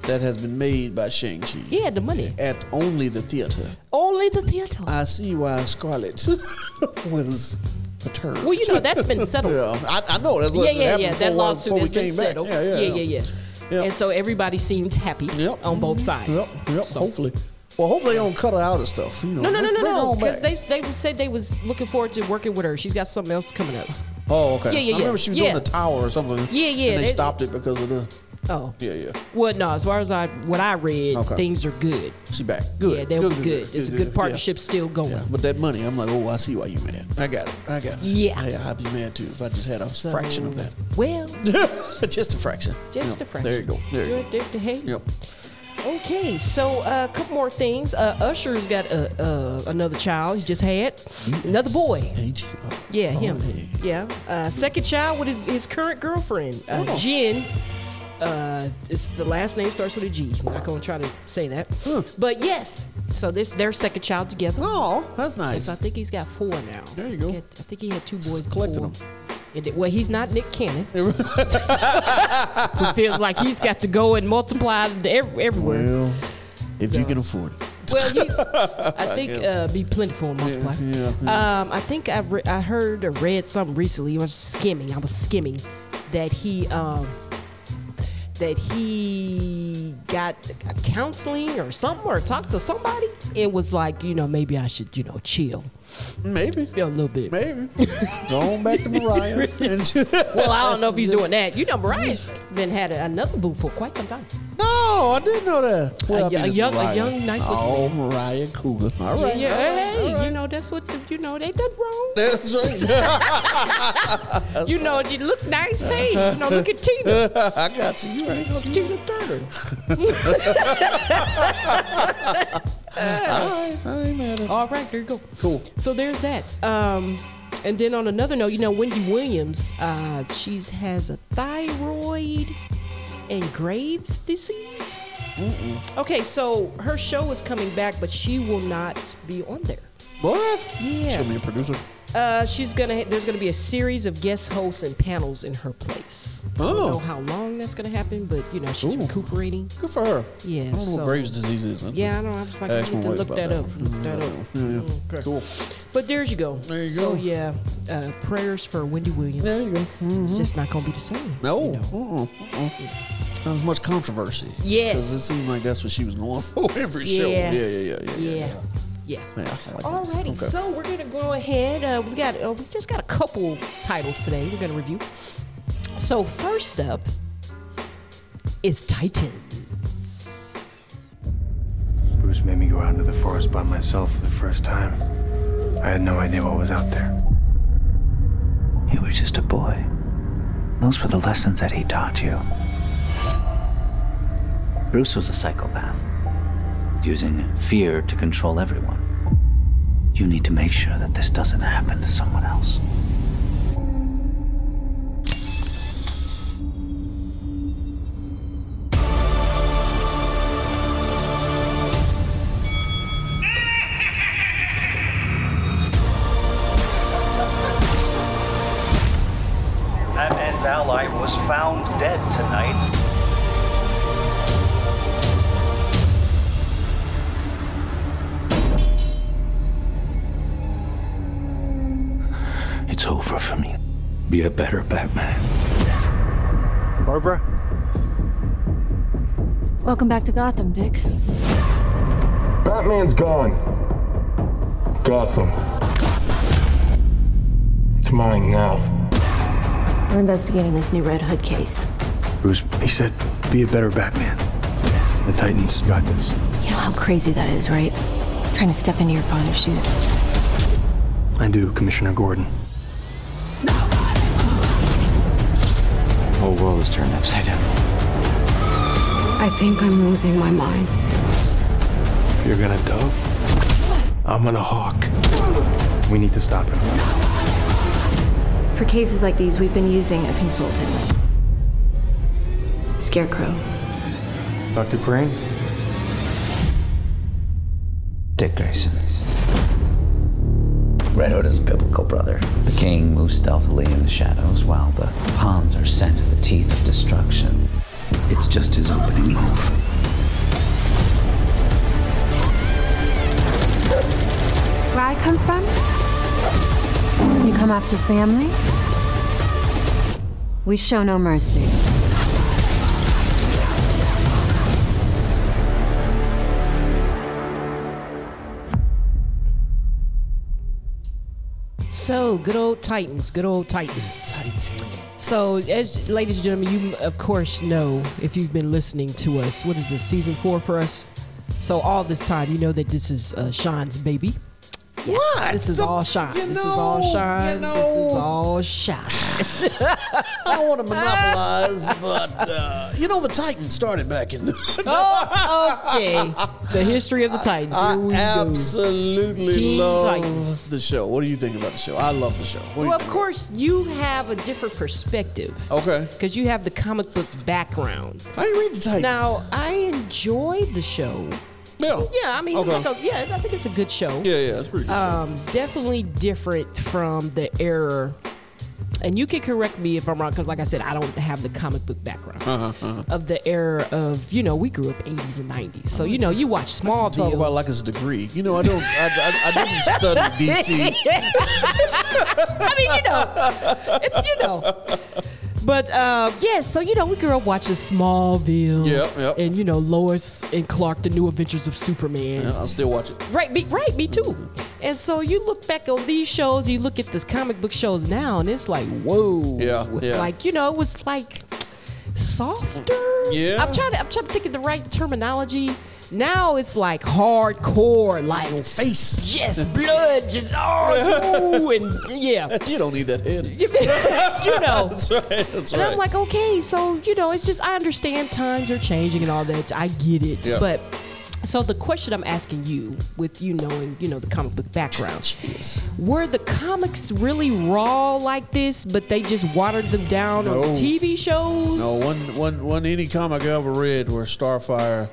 Speaker 5: that has been made by Shang Chi,
Speaker 2: Yeah, the money.
Speaker 5: at only the theater,
Speaker 2: Only the theater.
Speaker 5: I see why Scarlett was perturbed.
Speaker 2: well, you know that's been settled.
Speaker 5: Yeah, I, I know. That's what
Speaker 2: yeah, yeah,
Speaker 5: happened
Speaker 2: yeah.
Speaker 5: before- uh,
Speaker 2: That lawsuit
Speaker 5: before
Speaker 2: has
Speaker 5: we
Speaker 2: been
Speaker 5: came
Speaker 2: settled.
Speaker 5: Back. Yeah, yeah, yeah. Yep.
Speaker 2: And so everybody seemed happy
Speaker 5: Yep.
Speaker 2: on both sides.
Speaker 5: Yep, yep.
Speaker 2: So-
Speaker 5: Hopefully, well, hopefully they don't cut her out of stuff. You know,
Speaker 2: No, no, no, no,
Speaker 5: Bring her
Speaker 2: no.
Speaker 5: on
Speaker 2: Because
Speaker 5: back.
Speaker 2: they they said they was looking forward to working with her. She's got something else coming up.
Speaker 5: Oh, okay.
Speaker 2: Yeah, yeah,
Speaker 5: I
Speaker 2: yeah.
Speaker 5: remember she was
Speaker 2: Yeah.
Speaker 5: doing a tower or something.
Speaker 2: Yeah, yeah,
Speaker 5: And
Speaker 2: they-
Speaker 5: they stopped it because of the.
Speaker 2: Oh.
Speaker 5: Yeah, yeah.
Speaker 2: Well, no, as far as I what I read,
Speaker 5: Okay.
Speaker 2: things are good.
Speaker 5: She back. Good.
Speaker 2: Yeah, they were good. There's a good partnership still going.
Speaker 5: Yeah. But that money, I'm like, oh, I see why you mad. I got it. I got it.
Speaker 2: Yeah.
Speaker 5: Hey, I'd be mad too if I just had a
Speaker 2: So-
Speaker 5: fraction of that.
Speaker 2: Well,
Speaker 5: just a fraction.
Speaker 2: just
Speaker 5: Yep.
Speaker 2: a fraction.
Speaker 5: There you go. There you
Speaker 2: Good, there- there- hey.
Speaker 5: go. Yep.
Speaker 2: Okay, so a couple more things. Uh, Usher's got uh, uh, another child he just had, another boy.
Speaker 5: H- oh,
Speaker 2: Yeah,
Speaker 5: oh,
Speaker 2: him.
Speaker 5: hey.
Speaker 2: Yeah. Uh, second child with his, his current girlfriend, uh,
Speaker 5: Oh.
Speaker 2: Jen. Uh, it's, the last name starts with a G. I'm not going to try to say that. But yes, so this their second child together.
Speaker 5: Oh, that's nice.
Speaker 2: So I think he's got four now.
Speaker 5: There you go.
Speaker 2: He had- I think he had two boys.
Speaker 5: collected
Speaker 2: before.
Speaker 5: them.
Speaker 2: And it- well, he's not Nick Cannon, who feels like he's got to go and multiply the, ev- everywhere.
Speaker 5: Well, if you can afford it.
Speaker 2: Well, he, I think uh, be plentiful and multiply.
Speaker 5: Yeah,
Speaker 2: Um, I think I, re- I heard or read something recently. I was skimming. I was skimming that he um, that he got a counseling or something or talked to somebody and was like, you know, maybe I should, you know, chill
Speaker 5: Maybe.
Speaker 2: you know, a little bit.
Speaker 5: Maybe. go on back to Mariah. and she-
Speaker 2: Well, I don't know if he's doing that. You know, Mariah's been had a, another boo for quite some time.
Speaker 5: no, I didn't know that.
Speaker 2: A
Speaker 5: Well, I
Speaker 2: y-
Speaker 5: mean,
Speaker 2: a
Speaker 5: it's
Speaker 2: young- a
Speaker 5: Mariah.
Speaker 2: young, nice-looking
Speaker 5: Oh, Mariah Cougar. All right.
Speaker 2: yeah,
Speaker 5: all right,
Speaker 2: hey,
Speaker 5: all right.
Speaker 2: you know, that's what the, you know. They did wrong.
Speaker 5: That's right.
Speaker 2: You know, you look nice. Hey, you know, look at Tina.
Speaker 5: I got you. You right.
Speaker 2: Tina Turner.
Speaker 5: I ain't mad at
Speaker 2: All right, there you go.
Speaker 5: Cool.
Speaker 2: So there's that. Um, and then on another note, you know, Wendy Williams, uh, she has a thyroid and Graves' disease. Okay, so her show is coming back, but she will not be on there.
Speaker 5: What?
Speaker 2: Yeah.
Speaker 5: She's gonna be a producer.
Speaker 2: Uh, she's gonna. There's gonna be a series of guest hosts and panels in her place. I
Speaker 5: Oh.
Speaker 2: don't know how long that's gonna happen, but you know she's
Speaker 5: Ooh.
Speaker 2: recuperating.
Speaker 5: Good for her.
Speaker 2: Yeah,
Speaker 5: I don't know
Speaker 2: so-
Speaker 5: what Graves' disease is.
Speaker 2: Yeah, I know. I was like, I
Speaker 5: Ask my
Speaker 2: need to
Speaker 5: wife
Speaker 2: look
Speaker 5: about
Speaker 2: that,
Speaker 5: that. Mm-hmm.
Speaker 2: up. Look that up. Mm. Okay.
Speaker 5: Cool.
Speaker 2: But there you go.
Speaker 5: There you
Speaker 2: so,
Speaker 5: go.
Speaker 2: yeah, uh, prayers for Wendy Williams.
Speaker 5: There you go. Mm-hmm.
Speaker 2: It's just not going to be the same.
Speaker 5: No.
Speaker 2: you know.
Speaker 5: uh-uh, uh-uh. Not as much controversy.
Speaker 2: Yes.
Speaker 5: Because it seemed like that's what she was going for every show.
Speaker 2: Yeah.
Speaker 5: Yeah, yeah, yeah, yeah. Yeah.
Speaker 2: Yeah. Yeah.
Speaker 5: Yeah, I like that.
Speaker 2: Alrighty,
Speaker 5: Okay.
Speaker 2: so we're gonna go ahead. Uh, we got uh, we just got a couple titles today. We're gonna review. So first up is Titan.
Speaker 6: Bruce made me go out into the forest by myself for the first time. I had no idea what was out there.
Speaker 7: You were just a boy. Those were the lessons that he taught you. Bruce was a psychopath, using fear to control everyone. You need to make sure that this doesn't happen to someone else.
Speaker 8: That man's ally was found dead tonight.
Speaker 7: It's over for me. Be a better Batman.
Speaker 6: Barbara?
Speaker 9: Welcome back to Gotham, Dick.
Speaker 10: Batman's gone. Gotham. It's mine now.
Speaker 9: We're investigating this new Red Hood case.
Speaker 6: Bruce, he said, be a better Batman. The Titans got this.
Speaker 9: You know how crazy that is, right? Trying to step into your father's shoes.
Speaker 6: I do, Commissioner Gordon.
Speaker 7: The whole world is turned upside down.
Speaker 9: I think I'm losing my mind.
Speaker 6: If you're gonna dove, I'm gonna hawk. We need to stop him.
Speaker 9: For cases like these, we've been using a consultant. Scarecrow.
Speaker 6: Dr. Crane?
Speaker 7: Dick Grayson. Red Hood is biblical, brother. The king moves stealthily in the shadows while the pawns are sent to the teeth of destruction. It's just his opening move.
Speaker 9: Where I come from? You come after family? We show no mercy.
Speaker 2: So, good old Titans, good old Titans. So, as ladies and gentlemen, you of course know if you've been listening to us, what is this season four for us? So, all this time, you know that this is uh, Sean's baby. Yeah,
Speaker 5: What?
Speaker 2: This is
Speaker 5: The-
Speaker 2: all Sean.
Speaker 5: you
Speaker 2: this is all
Speaker 5: know,
Speaker 2: Sean.
Speaker 5: you
Speaker 2: This is
Speaker 5: know.
Speaker 2: all Sean.
Speaker 5: I don't want to monopolize, but uh, you know the Titans started back in the.
Speaker 2: oh, okay. The history of the Titans. Here we
Speaker 5: I
Speaker 2: go.
Speaker 5: absolutely
Speaker 2: Teen
Speaker 5: love
Speaker 2: Titans.
Speaker 5: the show. What do you think about the show? I love the show. What do you
Speaker 2: Well, of
Speaker 5: think?
Speaker 2: course, you have a different perspective
Speaker 5: Okay.
Speaker 2: because you have the comic book background.
Speaker 5: How do you read the Titans?
Speaker 2: Now, I enjoyed the show.
Speaker 5: yeah.
Speaker 2: Yeah, I mean,
Speaker 5: Okay.
Speaker 2: like a, yeah, I think it's a good show.
Speaker 5: yeah, yeah, it's pretty good. show.
Speaker 2: Um, it's definitely different from the era. And you can correct me if I'm wrong, because like I said, I don't have the comic book background
Speaker 5: Uh-huh,
Speaker 2: of the era of you know we grew up 80s and 90s, so you know you watch
Speaker 5: Talk
Speaker 2: Smallville.
Speaker 5: about like it's a degree. You know, I don't. I, I, I didn't study DC.
Speaker 2: I mean, you know, it's you know. But uh, yeah, so you know, we grew up watching Smallville,
Speaker 5: Yep, yep.
Speaker 2: and you know Lois and Clark, The New Adventures of Superman.
Speaker 5: Yeah, I'll still watch it.
Speaker 2: Right, me, right, me too. And so you look back on these shows, you look at this comic book shows now, and it's like, whoa,
Speaker 5: Yeah, yeah.
Speaker 2: like you know, it was like softer.
Speaker 5: Yeah.
Speaker 2: I'm trying to, I'm trying to think of the right terminology. Now it's like hardcore, like
Speaker 5: Face.
Speaker 2: yes, blood, just oh, no, and yeah,
Speaker 5: You don't need that head.
Speaker 2: you know.
Speaker 5: That's right. That's
Speaker 2: And
Speaker 5: right.
Speaker 2: I'm like, okay, so you know, it's just I understand times are changing and all that. I get it,
Speaker 5: Yeah.
Speaker 2: but so the question I'm asking you, with you knowing you know the comic book background, were the comics really raw like this, but they just watered them down on
Speaker 5: No.
Speaker 2: TV shows?
Speaker 5: No, one, one, one. Any comic I ever read where Starfire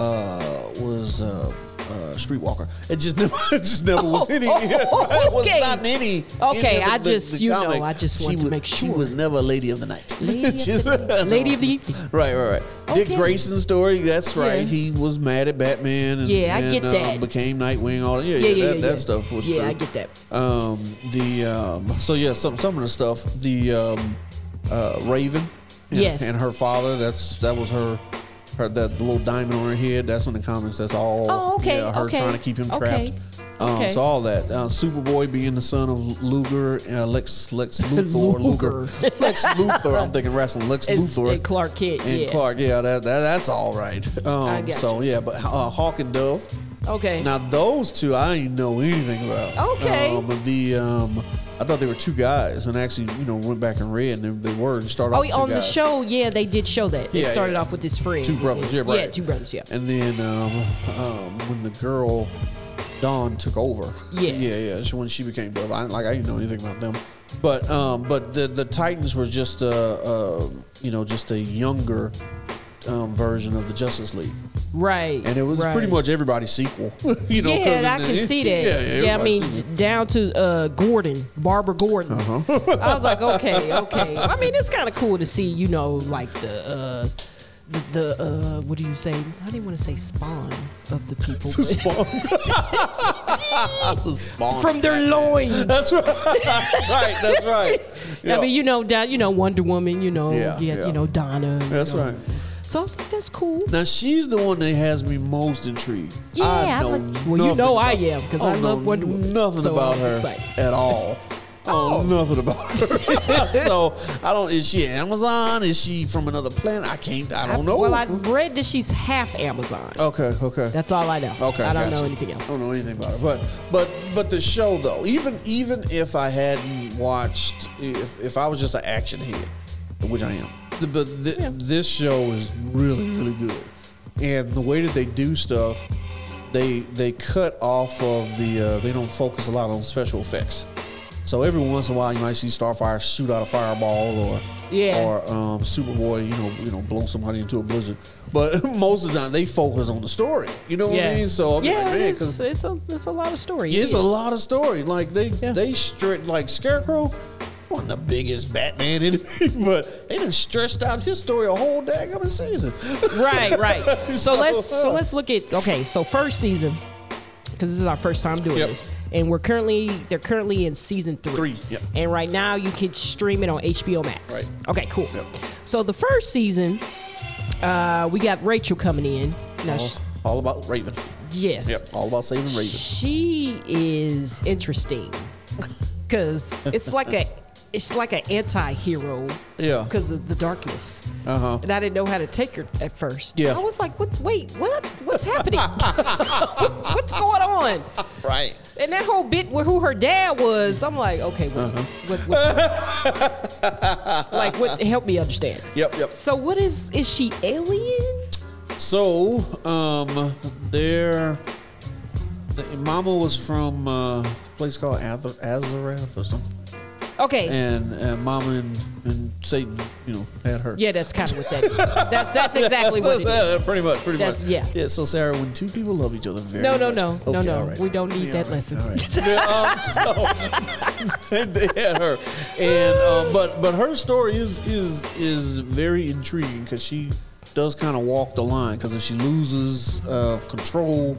Speaker 5: uh, was uh, uh, Streetwalker. It just never, it just never was
Speaker 2: Oh,
Speaker 5: any.
Speaker 2: oh,
Speaker 5: it was
Speaker 2: okay.
Speaker 5: not any.
Speaker 2: Okay,
Speaker 5: any of
Speaker 2: I just- you know,
Speaker 5: comic.
Speaker 2: I just
Speaker 5: She
Speaker 2: wanted to
Speaker 5: was-
Speaker 2: make
Speaker 5: she
Speaker 2: sure.
Speaker 5: was never a lady of the night.
Speaker 2: Lady of
Speaker 5: She's-
Speaker 2: the- Lady of the Evening.
Speaker 5: Right, right, right.
Speaker 2: Okay.
Speaker 5: Dick Grayson's story. That's right.
Speaker 2: Yeah.
Speaker 5: He was mad at Batman. And,
Speaker 2: Yeah, I
Speaker 5: and,
Speaker 2: get
Speaker 5: uh,
Speaker 2: that.
Speaker 5: became Nightwing. All that. Yeah, yeah,
Speaker 2: yeah,
Speaker 5: that,
Speaker 2: yeah,
Speaker 5: that
Speaker 2: yeah.
Speaker 5: stuff was
Speaker 2: Yeah,
Speaker 5: true.
Speaker 2: I get that.
Speaker 5: Um, the um, so yeah, some some of the stuff. The um, uh, Raven. And,
Speaker 2: Yes.
Speaker 5: And her father. That's that was her. Her that little diamond on her head. That's in the comics. That's all.
Speaker 2: Oh, okay,
Speaker 5: Yeah, her
Speaker 2: okay,
Speaker 5: trying to keep him trapped.
Speaker 2: okay,
Speaker 5: Um,
Speaker 2: okay.
Speaker 5: So all that uh, Superboy being the son of Luger, uh, Lex Lex Luthor, Luger,
Speaker 2: Luger.
Speaker 5: Lex Luthor. I'm thinking wrestling. Lex
Speaker 2: It's-
Speaker 5: Luthor
Speaker 2: and Clark Kent,
Speaker 5: and
Speaker 2: yeah.
Speaker 5: Clark. Yeah, that, that that's all right. Um,
Speaker 2: got
Speaker 5: so yeah, but uh, Hawk and Dove.
Speaker 2: Okay.
Speaker 5: Now those two, I didn't know anything about.
Speaker 2: Okay.
Speaker 5: Um, but the um, I thought they were two guys, and actually, you know, went back and read, and they, they were and started.
Speaker 2: Oh,
Speaker 5: off with two
Speaker 2: on the
Speaker 5: guys.
Speaker 2: show, yeah, they did show that. They
Speaker 5: Yeah,
Speaker 2: started
Speaker 5: yeah.
Speaker 2: off with this friend.
Speaker 5: Two brothers, yeah, right.
Speaker 2: Yeah, two brothers, yeah.
Speaker 5: And then um, um, when the girl Dawn took over,
Speaker 2: Yeah.
Speaker 5: yeah, yeah, she, when she became Dove, I like I didn't know anything about them, but um, but the the Titans were just a, uh you know just a younger um, version of the Justice League,
Speaker 2: Right.
Speaker 5: and it was
Speaker 2: right.
Speaker 5: pretty much everybody's sequel, you know. 'cause
Speaker 2: yeah, I
Speaker 5: in
Speaker 2: can
Speaker 5: the-
Speaker 2: see that.
Speaker 5: Yeah,
Speaker 2: Yeah,
Speaker 5: yeah,
Speaker 2: I
Speaker 5: everybody's
Speaker 2: mean,
Speaker 5: sequel.
Speaker 2: d- down to uh, Gordon, Barbara Gordon.
Speaker 5: Uh-huh.
Speaker 2: I was like, okay, okay. I mean, it's kind of cool to see, you know, like the. Uh, the, the uh, what do you say? I didn't want to say spawn of the people
Speaker 5: the spawn. the spawn.
Speaker 2: from their loins.
Speaker 5: That's right. That's right. That's right.
Speaker 2: I mean, you know, down, you know, Wonder Woman, you know,
Speaker 5: Yeah,
Speaker 2: yeah,
Speaker 5: yeah.
Speaker 2: you know, Donna. you
Speaker 5: That's
Speaker 2: know.
Speaker 5: right.
Speaker 2: So I was like, that's cool.
Speaker 5: Now she's the one that has me most intrigued.
Speaker 2: Yeah,
Speaker 5: I
Speaker 2: I
Speaker 5: know
Speaker 2: like- well, you know I
Speaker 5: nothing
Speaker 2: am, 'cause
Speaker 5: about-
Speaker 2: I love
Speaker 5: know
Speaker 2: Wonder Woman.
Speaker 5: Nothing
Speaker 2: So uh, I
Speaker 5: about
Speaker 2: was
Speaker 5: her
Speaker 2: excited.
Speaker 5: at all. Oh, nothing about her. so I don't. Is she Amazon? Is she from another planet? I can't. I don't know.
Speaker 2: Well, I read that she's half Amazon.
Speaker 5: okay. Okay.
Speaker 2: That's all I know.
Speaker 5: Okay,
Speaker 2: I don't
Speaker 5: gotcha.
Speaker 2: know anything else.
Speaker 5: I don't know anything about it, but but but the show though, even even if I hadn't watched, if if I was just an action head, which I am, the, but thi- this show is really really good, and the way that they do stuff, they they cut off of the uh, they don't focus a lot on special effects. So every once in a while, you might see Starfire shoot out a fireball, or
Speaker 2: Yeah.
Speaker 5: or um, Superboy, you know, you know, blow somebody into a blizzard. But most of the time, they focus on the story. You know what I mean? So I'm
Speaker 2: yeah,
Speaker 5: like, man,
Speaker 2: it's,
Speaker 5: 'cause
Speaker 2: it's a it's a lot of story. It
Speaker 5: it's a
Speaker 2: is.
Speaker 5: lot of story. Like they
Speaker 2: Yeah.
Speaker 5: they stretch like Scarecrow, one of the biggest Batman enemy, but they done stretched out his story a whole daggone season.
Speaker 2: right, right. So let's so let's look at okay. So first season, because this is our first time doing
Speaker 5: Yep.
Speaker 2: this, and we're currently they're currently in season three.
Speaker 5: Three, yep.
Speaker 2: And right now you can stream it on HBO Max.
Speaker 5: Right.
Speaker 2: Okay, cool.
Speaker 5: Yep.
Speaker 2: So the first season, uh, we got Rachel coming in. Now, sh-
Speaker 5: all, all about Raven.
Speaker 2: yes,
Speaker 5: Yep, all about saving Raven.
Speaker 2: she is interesting. because it's like a it's like an anti-hero
Speaker 5: Yeah.
Speaker 2: because of the darkness
Speaker 5: Uh-huh.
Speaker 2: and i didn't know how to take her at first
Speaker 5: Yeah.
Speaker 2: i was like what wait what what's happening what's going on
Speaker 5: Right.
Speaker 2: and that whole bit with who her dad was i'm like okay wait,
Speaker 5: Uh-huh.
Speaker 2: what, what- like what help me understand
Speaker 5: Yep, yep.
Speaker 2: so what is is she alien
Speaker 5: So, um, their the mama was from uh, a place called Azar- Azarath or something,
Speaker 2: okay
Speaker 5: and, and mama and, and Satan, you know, had her.
Speaker 2: yeah that's kind of what that is that's that's exactly what it
Speaker 5: Yeah,
Speaker 2: is
Speaker 5: Pretty much, pretty
Speaker 2: That's-
Speaker 5: much.
Speaker 2: yeah.
Speaker 5: Yeah. So, Sarah, when two people love each other very
Speaker 2: no no
Speaker 5: much-
Speaker 2: no no
Speaker 5: Okay,
Speaker 2: no
Speaker 5: all right.
Speaker 2: we don't need
Speaker 5: Yeah,
Speaker 2: that
Speaker 5: all right,
Speaker 2: lesson
Speaker 5: all right. Yeah, um, so they had her, and uh, but but her story is is is very intriguing because she does kind of walk the line because if she loses uh, control.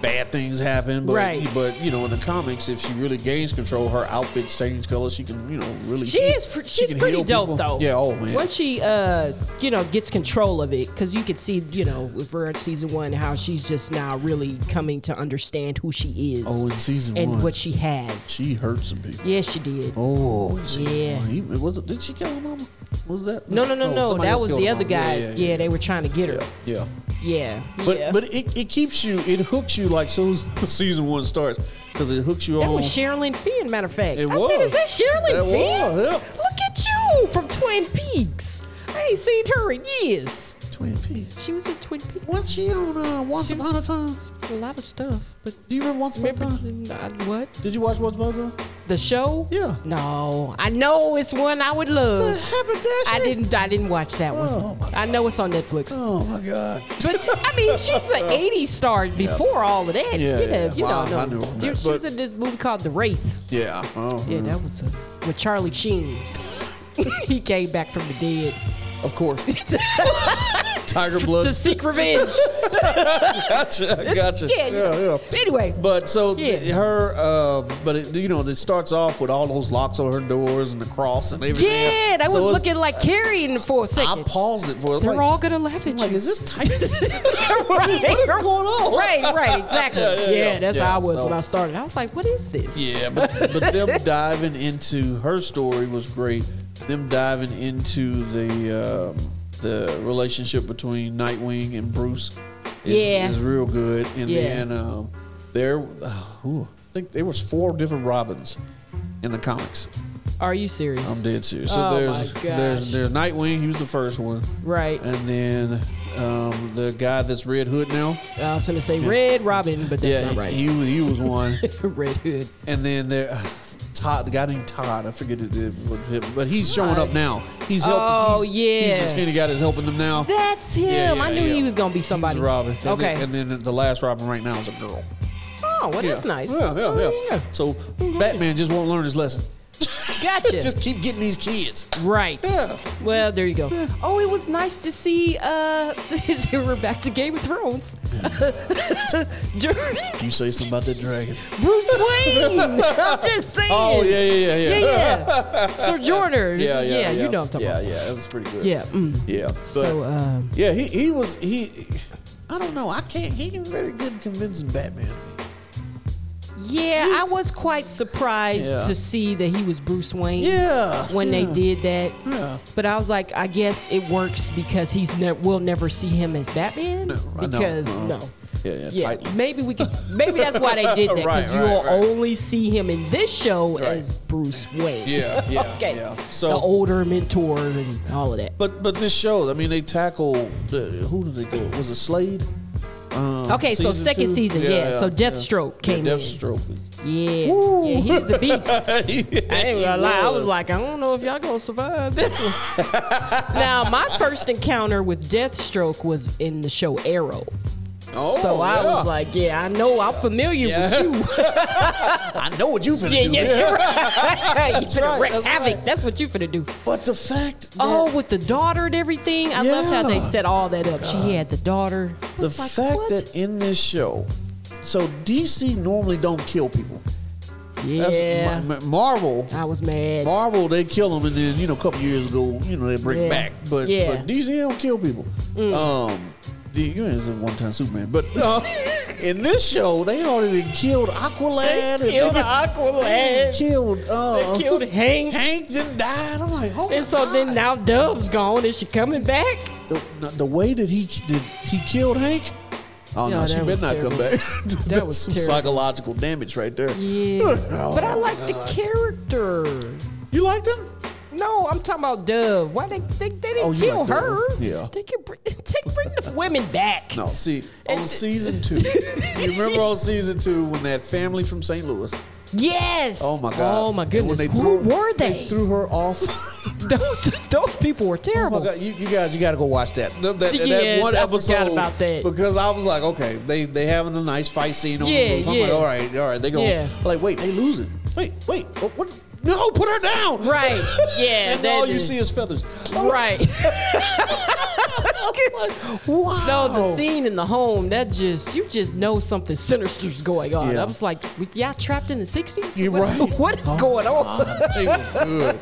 Speaker 5: Bad things happen, but
Speaker 2: Right.
Speaker 5: but you know in the comics, if she really gains control, her outfits change color. She can you know really
Speaker 2: She is. Pre-
Speaker 5: she
Speaker 2: she's
Speaker 5: can
Speaker 2: pretty
Speaker 5: heal
Speaker 2: dope
Speaker 5: people.
Speaker 2: though.
Speaker 5: Yeah, oh man,
Speaker 2: Once she, uh, you know, gets control of it, because you could see, you know, with her in season one, how she's just now really coming to understand who she is.
Speaker 5: Oh, in season
Speaker 2: and
Speaker 5: one.
Speaker 2: what she has.
Speaker 5: she hurt some people.
Speaker 2: yeah, she did.
Speaker 5: Oh, in season
Speaker 2: Yeah.
Speaker 5: one, he- was it? Did she kill her mama? Was that
Speaker 2: no, no, no,
Speaker 5: Oh,
Speaker 2: no.
Speaker 5: somebody
Speaker 2: That
Speaker 5: else
Speaker 2: was
Speaker 5: killed
Speaker 2: the
Speaker 5: her
Speaker 2: other
Speaker 5: mama.
Speaker 2: guy.
Speaker 5: Yeah, yeah, yeah.
Speaker 2: they were trying to get her.
Speaker 5: Yeah.
Speaker 2: Yeah,
Speaker 5: But
Speaker 2: yeah.
Speaker 5: but it, it keeps you. It hooks you like soon as season one starts because it hooks you
Speaker 2: that
Speaker 5: on.
Speaker 2: was Sherilyn Finn, matter of fact.
Speaker 5: oh. It
Speaker 2: I said,
Speaker 5: was.
Speaker 2: is that Sherilyn
Speaker 5: That
Speaker 2: Finn?
Speaker 5: was, yeah.
Speaker 2: Look at you from Twin Peaks. I ain't seen her in years.
Speaker 5: Twin Peaks.
Speaker 2: She was in Twin Peaks.
Speaker 5: Once she on uh, Once
Speaker 2: She was-
Speaker 5: Upon a Time.
Speaker 2: A lot of stuff, but
Speaker 5: Do you remember Once Upon a
Speaker 2: remember
Speaker 5: Time?
Speaker 2: uh, what?
Speaker 5: Did you watch Once Upon a Time?
Speaker 2: The show?
Speaker 5: Yeah.
Speaker 2: No, I know it's one I would
Speaker 5: The
Speaker 2: love.
Speaker 5: Haberdashery.
Speaker 2: I didn't. I didn't watch that one.
Speaker 5: Oh, my
Speaker 2: I know it's on Netflix.
Speaker 5: Oh my God.
Speaker 2: But I mean, she's an '80s star before all of that.
Speaker 5: Yeah,
Speaker 2: you know,
Speaker 5: yeah.
Speaker 2: you don't
Speaker 5: Well,
Speaker 2: know.
Speaker 5: I knew from
Speaker 2: Dude,
Speaker 5: that,
Speaker 2: she was
Speaker 5: but-
Speaker 2: in this movie called The Wraith.
Speaker 5: Yeah. Oh,
Speaker 2: Yeah, that was a, with Charlie Sheen. he came back from the dead
Speaker 5: Of course. Tiger Blood.
Speaker 2: to seek revenge.
Speaker 5: gotcha. Gotcha.
Speaker 2: yeah, you know. Anyway,
Speaker 5: But so
Speaker 2: Yeah.
Speaker 5: th- her, uh, but it, you know, it starts off with all those locks on her doors and the cross and everything.
Speaker 2: yeah, that
Speaker 5: So
Speaker 2: was
Speaker 5: it-
Speaker 2: looking like carrying for a second.
Speaker 5: I paused it for.
Speaker 2: They're
Speaker 5: like,
Speaker 2: all gonna laugh at
Speaker 5: I'm like,
Speaker 2: you.
Speaker 5: is this tight? what is going on?
Speaker 2: Right, right, exactly. Yeah,
Speaker 5: yeah, yeah.
Speaker 2: that's
Speaker 5: Yeah,
Speaker 2: how I was
Speaker 5: so-
Speaker 2: when I started. I was like, what is this?
Speaker 5: Yeah, but but them diving into her story was great. Them diving into the um, the relationship between Nightwing and Bruce is,
Speaker 2: Yeah.
Speaker 5: is real good. And
Speaker 2: Yeah.
Speaker 5: then um, there, uh, ooh, I think there was four different Robins in the comics.
Speaker 2: Are you serious?
Speaker 5: I'm dead serious. So
Speaker 2: Oh my
Speaker 5: there's,
Speaker 2: gosh.
Speaker 5: there's there's Nightwing. He was the first one,
Speaker 2: Right.
Speaker 5: and then um, the guy that's Red Hood now.
Speaker 2: I was gonna say Red Robin, but that's not
Speaker 5: he-
Speaker 2: right.
Speaker 5: he he was one.
Speaker 2: Red Hood.
Speaker 5: And then there, uh, Todd, the guy named Todd, I forget it, it- what him, but he's showing up now. He's helping.
Speaker 2: Oh,
Speaker 5: he's,
Speaker 2: yeah.
Speaker 5: he's the skinny guy that's helping them now.
Speaker 2: That's him.
Speaker 5: Yeah, yeah,
Speaker 2: I knew
Speaker 5: yeah.
Speaker 2: he was gonna be
Speaker 5: He's
Speaker 2: somebody.
Speaker 5: Robin. And
Speaker 2: okay.
Speaker 5: Then, and then the last Robin right now is a girl.
Speaker 2: oh, well, that's
Speaker 5: Yeah.
Speaker 2: nice.
Speaker 5: Yeah, yeah, yeah.
Speaker 2: Oh, yeah.
Speaker 5: So Batman just won't learn his lesson.
Speaker 2: Gotcha.
Speaker 5: Just keep getting these kids.
Speaker 2: right.
Speaker 5: Yeah.
Speaker 2: Well, there you go. Oh, it was nice to see. Uh, we're back to Game of Thrones. During
Speaker 5: You say something about that dragon.
Speaker 2: Bruce Wayne. I'm just saying.
Speaker 5: Oh, yeah, yeah, yeah, yeah.
Speaker 2: Yeah, yeah. Sir Jordan.
Speaker 5: Yeah, yeah, yeah.
Speaker 2: You know what I'm talking
Speaker 5: yeah,
Speaker 2: about.
Speaker 5: Yeah, yeah. It was pretty good.
Speaker 2: Yeah. mm.
Speaker 5: Yeah. But,
Speaker 2: So, um,
Speaker 5: yeah, he, he was, he, I don't know. I can't, he ain't very good at convincing Batman.
Speaker 2: yeah, I was quite surprised
Speaker 5: Yeah.
Speaker 2: to see that he was Bruce Wayne.
Speaker 5: Yeah.
Speaker 2: When
Speaker 5: yeah.
Speaker 2: they did that,
Speaker 5: Yeah.
Speaker 2: but I was like, I guess it works because he's ne- we'll never see him as Batman
Speaker 5: I know.
Speaker 2: because
Speaker 5: Uh-uh.
Speaker 2: no,
Speaker 5: Yeah, yeah, tightly.
Speaker 2: maybe we could, maybe that's why they did that
Speaker 5: Right,
Speaker 2: because
Speaker 5: right,
Speaker 2: you'll
Speaker 5: right.
Speaker 2: only see him in this show
Speaker 5: Right.
Speaker 2: as Bruce Wayne.
Speaker 5: Yeah, yeah,
Speaker 2: okay,
Speaker 5: yeah. So-
Speaker 2: the older mentor and all of that.
Speaker 5: But but this show, I mean, they tackle the, who did they go? Was it Slade? Um,
Speaker 2: Okay, so second
Speaker 5: two?
Speaker 2: season, yeah. So Deathstroke came in.
Speaker 5: Deathstroke.
Speaker 2: Yeah, yeah he's a beast.
Speaker 5: I ain't
Speaker 2: I ain't gonna lie. I was like, I don't know if y'all gonna survive this one. now, my first encounter with Deathstroke was in the show Arrow.
Speaker 5: oh,
Speaker 2: So I
Speaker 5: yeah.
Speaker 2: was like, yeah, I know. I'm familiar with
Speaker 5: Yeah.
Speaker 2: you.
Speaker 5: I know what you finna
Speaker 2: yeah,
Speaker 5: do.
Speaker 2: yeah, you're right. you finna
Speaker 5: right,
Speaker 2: wreak
Speaker 5: that's
Speaker 2: havoc.
Speaker 5: right.
Speaker 2: That's what you finna do.
Speaker 5: But the fact, that,
Speaker 2: Oh, with the daughter and everything. I loved how they
Speaker 5: Yeah.
Speaker 2: set all that up. She had the daughter. I
Speaker 5: the
Speaker 2: was like,
Speaker 5: fact
Speaker 2: what?
Speaker 5: that in this show, so DC normally don't kill people. That's-
Speaker 2: yeah,
Speaker 5: Ma- Ma- Marvel.
Speaker 2: I was mad.
Speaker 5: Marvel, they kill them, and then you know, a couple years ago, you know, they bring
Speaker 2: Yeah. Mm.
Speaker 5: back. But
Speaker 2: Yeah.
Speaker 5: but DC don't kill people. Um, the you know, it's a one-time Superman, but uh, in this show they already done killed Aqualad.
Speaker 2: They killed
Speaker 5: and
Speaker 2: Aqualad.
Speaker 5: They done killed. Uh,
Speaker 2: They killed Hank.
Speaker 5: Hank then died. I'm like, oh.
Speaker 2: And so then now Dove's gone. Is she coming back?
Speaker 5: The, no, the way that he did he killed Hank. Oh
Speaker 2: No,
Speaker 5: no, she
Speaker 2: that
Speaker 5: better
Speaker 2: was
Speaker 5: not come
Speaker 2: terrible.
Speaker 5: back. That's
Speaker 2: was
Speaker 5: some
Speaker 2: terrible.
Speaker 5: psychological damage right there.
Speaker 2: Yeah.
Speaker 5: Oh,
Speaker 2: but I like the
Speaker 5: God.
Speaker 2: character.
Speaker 5: You liked him?
Speaker 2: No, I'm talking about Dove. Why they they, they didn't
Speaker 5: Oh, you
Speaker 2: kill
Speaker 5: like Dove.
Speaker 2: her?
Speaker 5: Yeah.
Speaker 2: They can bring, take bring the women back.
Speaker 5: No, see, on season two, you remember on season two when that family from St. Louis?
Speaker 2: Yes.
Speaker 5: Oh my God!
Speaker 2: Oh my
Speaker 5: And when
Speaker 2: goodness. Who
Speaker 5: threw-
Speaker 2: were they?
Speaker 5: threw her off.
Speaker 2: those those people were
Speaker 5: oh
Speaker 2: terrible.
Speaker 5: my God! You, you guys, you got to go watch that. That, that- that
Speaker 2: Yes,
Speaker 5: one
Speaker 2: I
Speaker 5: episode
Speaker 2: forgot about that.
Speaker 5: because I was like, okay, they they having a nice fight scene. On
Speaker 2: Yeah,
Speaker 5: the roof. I'm
Speaker 2: yeah.
Speaker 5: like, all right, all right, they go.
Speaker 2: Yeah.
Speaker 5: Like, wait, they losing. Wait, wait, what? what? No, put her down.
Speaker 2: Right. Yeah.
Speaker 5: and
Speaker 2: that
Speaker 5: all you
Speaker 2: is-
Speaker 5: see is feathers.
Speaker 2: Right.
Speaker 5: Wow.
Speaker 2: No, the scene in the home, that just, you just know something sinister's going on.
Speaker 5: Yeah.
Speaker 2: I was like, we- y'all trapped in the 60s?
Speaker 5: You're
Speaker 2: What's-
Speaker 5: right.
Speaker 2: What is
Speaker 5: Oh,
Speaker 2: going on?
Speaker 5: God, they were good.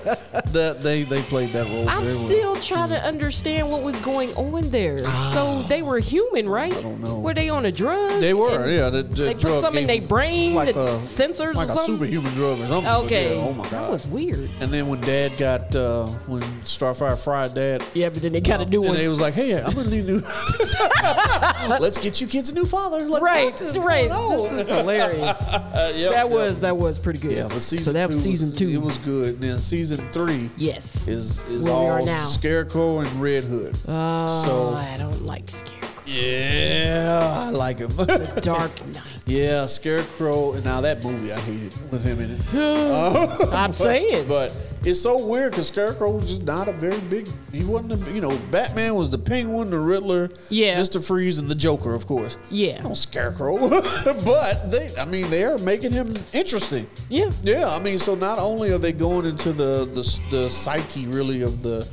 Speaker 5: That they they played that role.
Speaker 2: I'm
Speaker 5: very well.
Speaker 2: still trying to understand what was going on there. So they were human, right? I
Speaker 5: Ah. don't know.
Speaker 2: Were they on a drug?
Speaker 5: They were,
Speaker 2: And
Speaker 5: yeah. The, the
Speaker 2: they
Speaker 5: drug
Speaker 2: put some in
Speaker 5: gave
Speaker 2: their
Speaker 5: them-
Speaker 2: brain,
Speaker 5: like
Speaker 2: the
Speaker 5: a-
Speaker 2: sensors
Speaker 5: like
Speaker 2: or
Speaker 5: a
Speaker 2: something.
Speaker 5: superhuman drug or something. but
Speaker 2: Okay.
Speaker 5: yeah, oh my god,
Speaker 2: That was weird.
Speaker 5: And then when Dad got uh, when Starfire fried Dad,
Speaker 2: Yeah, but then they got a new
Speaker 5: and
Speaker 2: one.
Speaker 5: they was like, "Hey, I'm gonna need a new. Let's get you kids a new father." Like,
Speaker 2: right,
Speaker 5: what is
Speaker 2: right.
Speaker 5: going on?
Speaker 2: This is hilarious.
Speaker 5: yep,
Speaker 2: that
Speaker 5: yep.
Speaker 2: was that was pretty good.
Speaker 5: yeah, but season
Speaker 2: so that
Speaker 5: two,
Speaker 2: was season two.
Speaker 5: It was good. And then season three
Speaker 2: yes.
Speaker 5: is is
Speaker 2: Where we are
Speaker 5: all
Speaker 2: now.
Speaker 5: Scarecrow and Red Hood.
Speaker 2: oh,
Speaker 5: so
Speaker 2: I don't like Scarecrow.
Speaker 5: yeah, I like him.
Speaker 2: Dark Knight.
Speaker 5: yeah, Scarecrow. And now that movie I hated with him in it.
Speaker 2: I'm saying.
Speaker 5: But it's so weird because Scarecrow was just not a very big. He wasn't, a, you know, Batman was the Penguin, the Riddler,
Speaker 2: Yeah.
Speaker 5: Mister Freeze, and the Joker, of course.
Speaker 2: Yeah.
Speaker 5: no Scarecrow, but they, I mean, they are making him interesting.
Speaker 2: Yeah.
Speaker 5: Yeah, I mean, so not only are they going into the the, the psyche really of the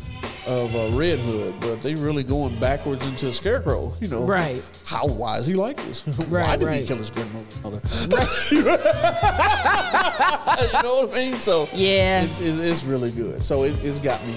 Speaker 5: of uh, Red Hood, but they really going backwards into Scarecrow. You know,
Speaker 2: Right.
Speaker 5: How why is he like this? why
Speaker 2: Right,
Speaker 5: did
Speaker 2: right.
Speaker 5: he kill his grandmother? you know what I mean? So
Speaker 2: Yeah.
Speaker 5: it's, it's, it's really good. So it, it's got me,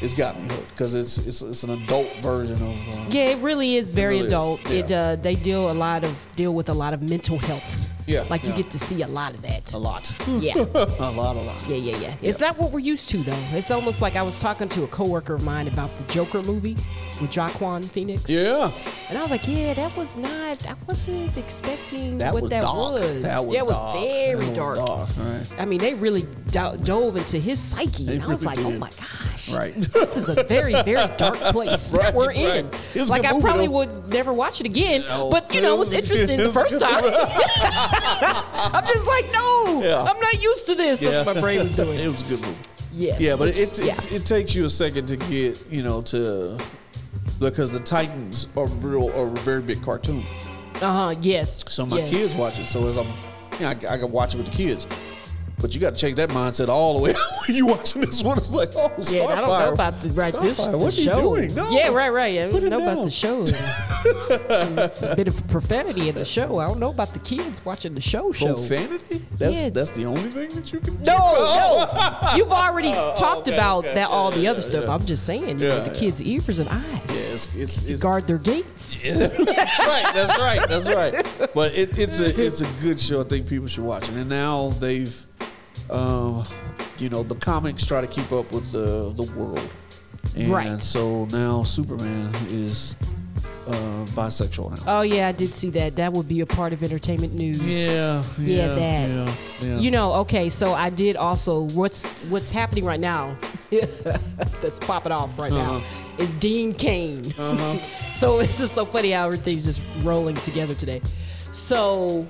Speaker 5: it's got me hooked because it's, it's it's an adult version of. Uh,
Speaker 2: Yeah, it really is very
Speaker 5: really is.
Speaker 2: adult. It
Speaker 5: Yeah.
Speaker 2: uh, they deal a lot of deal with a lot of mental health.
Speaker 5: Yeah,
Speaker 2: like you
Speaker 5: yeah.
Speaker 2: get to see a lot of that.
Speaker 5: A lot,
Speaker 2: Hmm. Yeah.
Speaker 5: a lot, a lot.
Speaker 2: Yeah, yeah, yeah. It's not what we're used to though. It's almost like I was talking to a coworker of mine about the Joker movie with Joaquin Phoenix.
Speaker 5: Yeah,
Speaker 2: And I was like, yeah, that was not. I wasn't expecting
Speaker 5: that
Speaker 2: what
Speaker 5: was
Speaker 2: that
Speaker 5: dark.
Speaker 2: was.
Speaker 5: That was,
Speaker 2: yeah, it was
Speaker 5: dark.
Speaker 2: very
Speaker 5: That was
Speaker 2: dark.
Speaker 5: right.
Speaker 2: I mean, they really do- dove into his psyche.
Speaker 5: They
Speaker 2: and I was like,
Speaker 5: really
Speaker 2: oh
Speaker 5: did.
Speaker 2: my gosh.
Speaker 5: Right.
Speaker 2: This is a very, very dark place that
Speaker 5: Right,
Speaker 2: we're
Speaker 5: right.
Speaker 2: in.
Speaker 5: It was a
Speaker 2: Like,
Speaker 5: good
Speaker 2: I
Speaker 5: movie,
Speaker 2: probably
Speaker 5: though.
Speaker 2: would never watch it again.
Speaker 5: No,
Speaker 2: but, you know, it
Speaker 5: it
Speaker 2: was
Speaker 5: was-
Speaker 2: interesting the
Speaker 5: it was a
Speaker 2: first
Speaker 5: good
Speaker 2: time. I'm just like, no,
Speaker 5: Yeah.
Speaker 2: I'm not used to this. That's what my brain was
Speaker 5: it
Speaker 2: doing.
Speaker 5: was a good movie.
Speaker 2: Yes.
Speaker 5: Yeah, but it it,
Speaker 2: Yeah.
Speaker 5: it it takes you a second to get you know to because the Titans are real are a very big cartoon.
Speaker 2: Uh huh. Yes.
Speaker 5: So my
Speaker 2: yes.
Speaker 5: kids watch it. So as I'm, you know, I, I can watch it with the kids. But you got to check that mindset all the way out when you watching this one. It's like, oh, Starfire.
Speaker 2: Yeah, and I don't know about the, right this
Speaker 5: Starfire,
Speaker 2: the
Speaker 5: what
Speaker 2: show.
Speaker 5: are you doing? No.
Speaker 2: Yeah, right, right. I
Speaker 5: Put
Speaker 2: don't
Speaker 5: it
Speaker 2: know about
Speaker 5: down.
Speaker 2: the show. Some bit of profanity in the show. I don't know about the kids watching the show. Show.
Speaker 5: Profanity? That's
Speaker 2: Yeah.
Speaker 5: that's the only thing that you can.
Speaker 2: no,
Speaker 5: Oh.
Speaker 2: no. You've already talked
Speaker 5: okay,
Speaker 2: about
Speaker 5: okay.
Speaker 2: that all
Speaker 5: Yeah,
Speaker 2: the
Speaker 5: yeah,
Speaker 2: other stuff. I'm just saying, you know,
Speaker 5: Yeah,
Speaker 2: the
Speaker 5: yeah.
Speaker 2: kids' ears and eyes.
Speaker 5: Yeah, it's it's, it's
Speaker 2: Guard their gates.
Speaker 5: that's right. That's right. That's right. But it, it's a it's a good show. I think people should watch it. And now they've, um, you know, the comics try to keep up with the the world, and
Speaker 2: Right.
Speaker 5: So now Superman is uh, bisexual now.
Speaker 2: Oh yeah, I did see that. That would be a part of entertainment news. Yeah, that. You know, okay, so I did also what's what's happening right now that's popping off right now is Dean Kane. so it's just so funny how everything's just rolling together today. So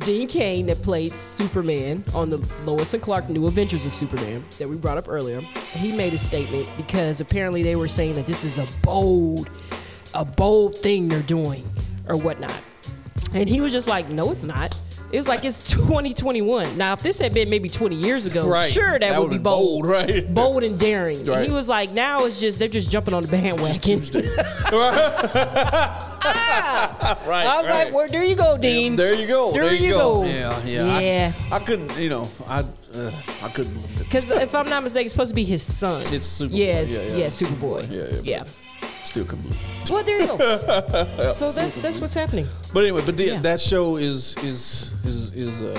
Speaker 2: Dean Kane that played Superman on the Lois and Clark New Adventures of Superman that we brought up earlier, he made a statement because apparently they were saying that this is a bold, a bold thing they're doing or whatnot. And he was just like, no, it's not. It's like it's 2021. Now, if this had been maybe 20 years ago,
Speaker 5: Right.
Speaker 2: sure, that,
Speaker 5: That
Speaker 2: would be
Speaker 5: would've been
Speaker 2: bold,
Speaker 5: bold, right?
Speaker 2: Bold and daring. And
Speaker 5: Right.
Speaker 2: he was like, now it's just they're just jumping on the bandwagon.
Speaker 5: right.
Speaker 2: I was
Speaker 5: right.
Speaker 2: like, well, there you go, Dean.
Speaker 5: There you go.
Speaker 2: There, you go.
Speaker 5: Yeah, yeah.
Speaker 2: Yeah.
Speaker 5: I, I couldn't, you know, I uh, I couldn't believe it.
Speaker 2: Because if I'm not mistaken, it's supposed to be his son.
Speaker 5: It's Superboy.
Speaker 2: Yes,
Speaker 5: Yeah,
Speaker 2: yeah,
Speaker 5: yeah, it's
Speaker 2: Superboy.
Speaker 5: Superboy. Yeah, yeah,
Speaker 2: yeah.
Speaker 5: Still couldn't believe. it.
Speaker 2: Well, there you go. so that's that's what's happening.
Speaker 5: But anyway, but the, that show is is is is uh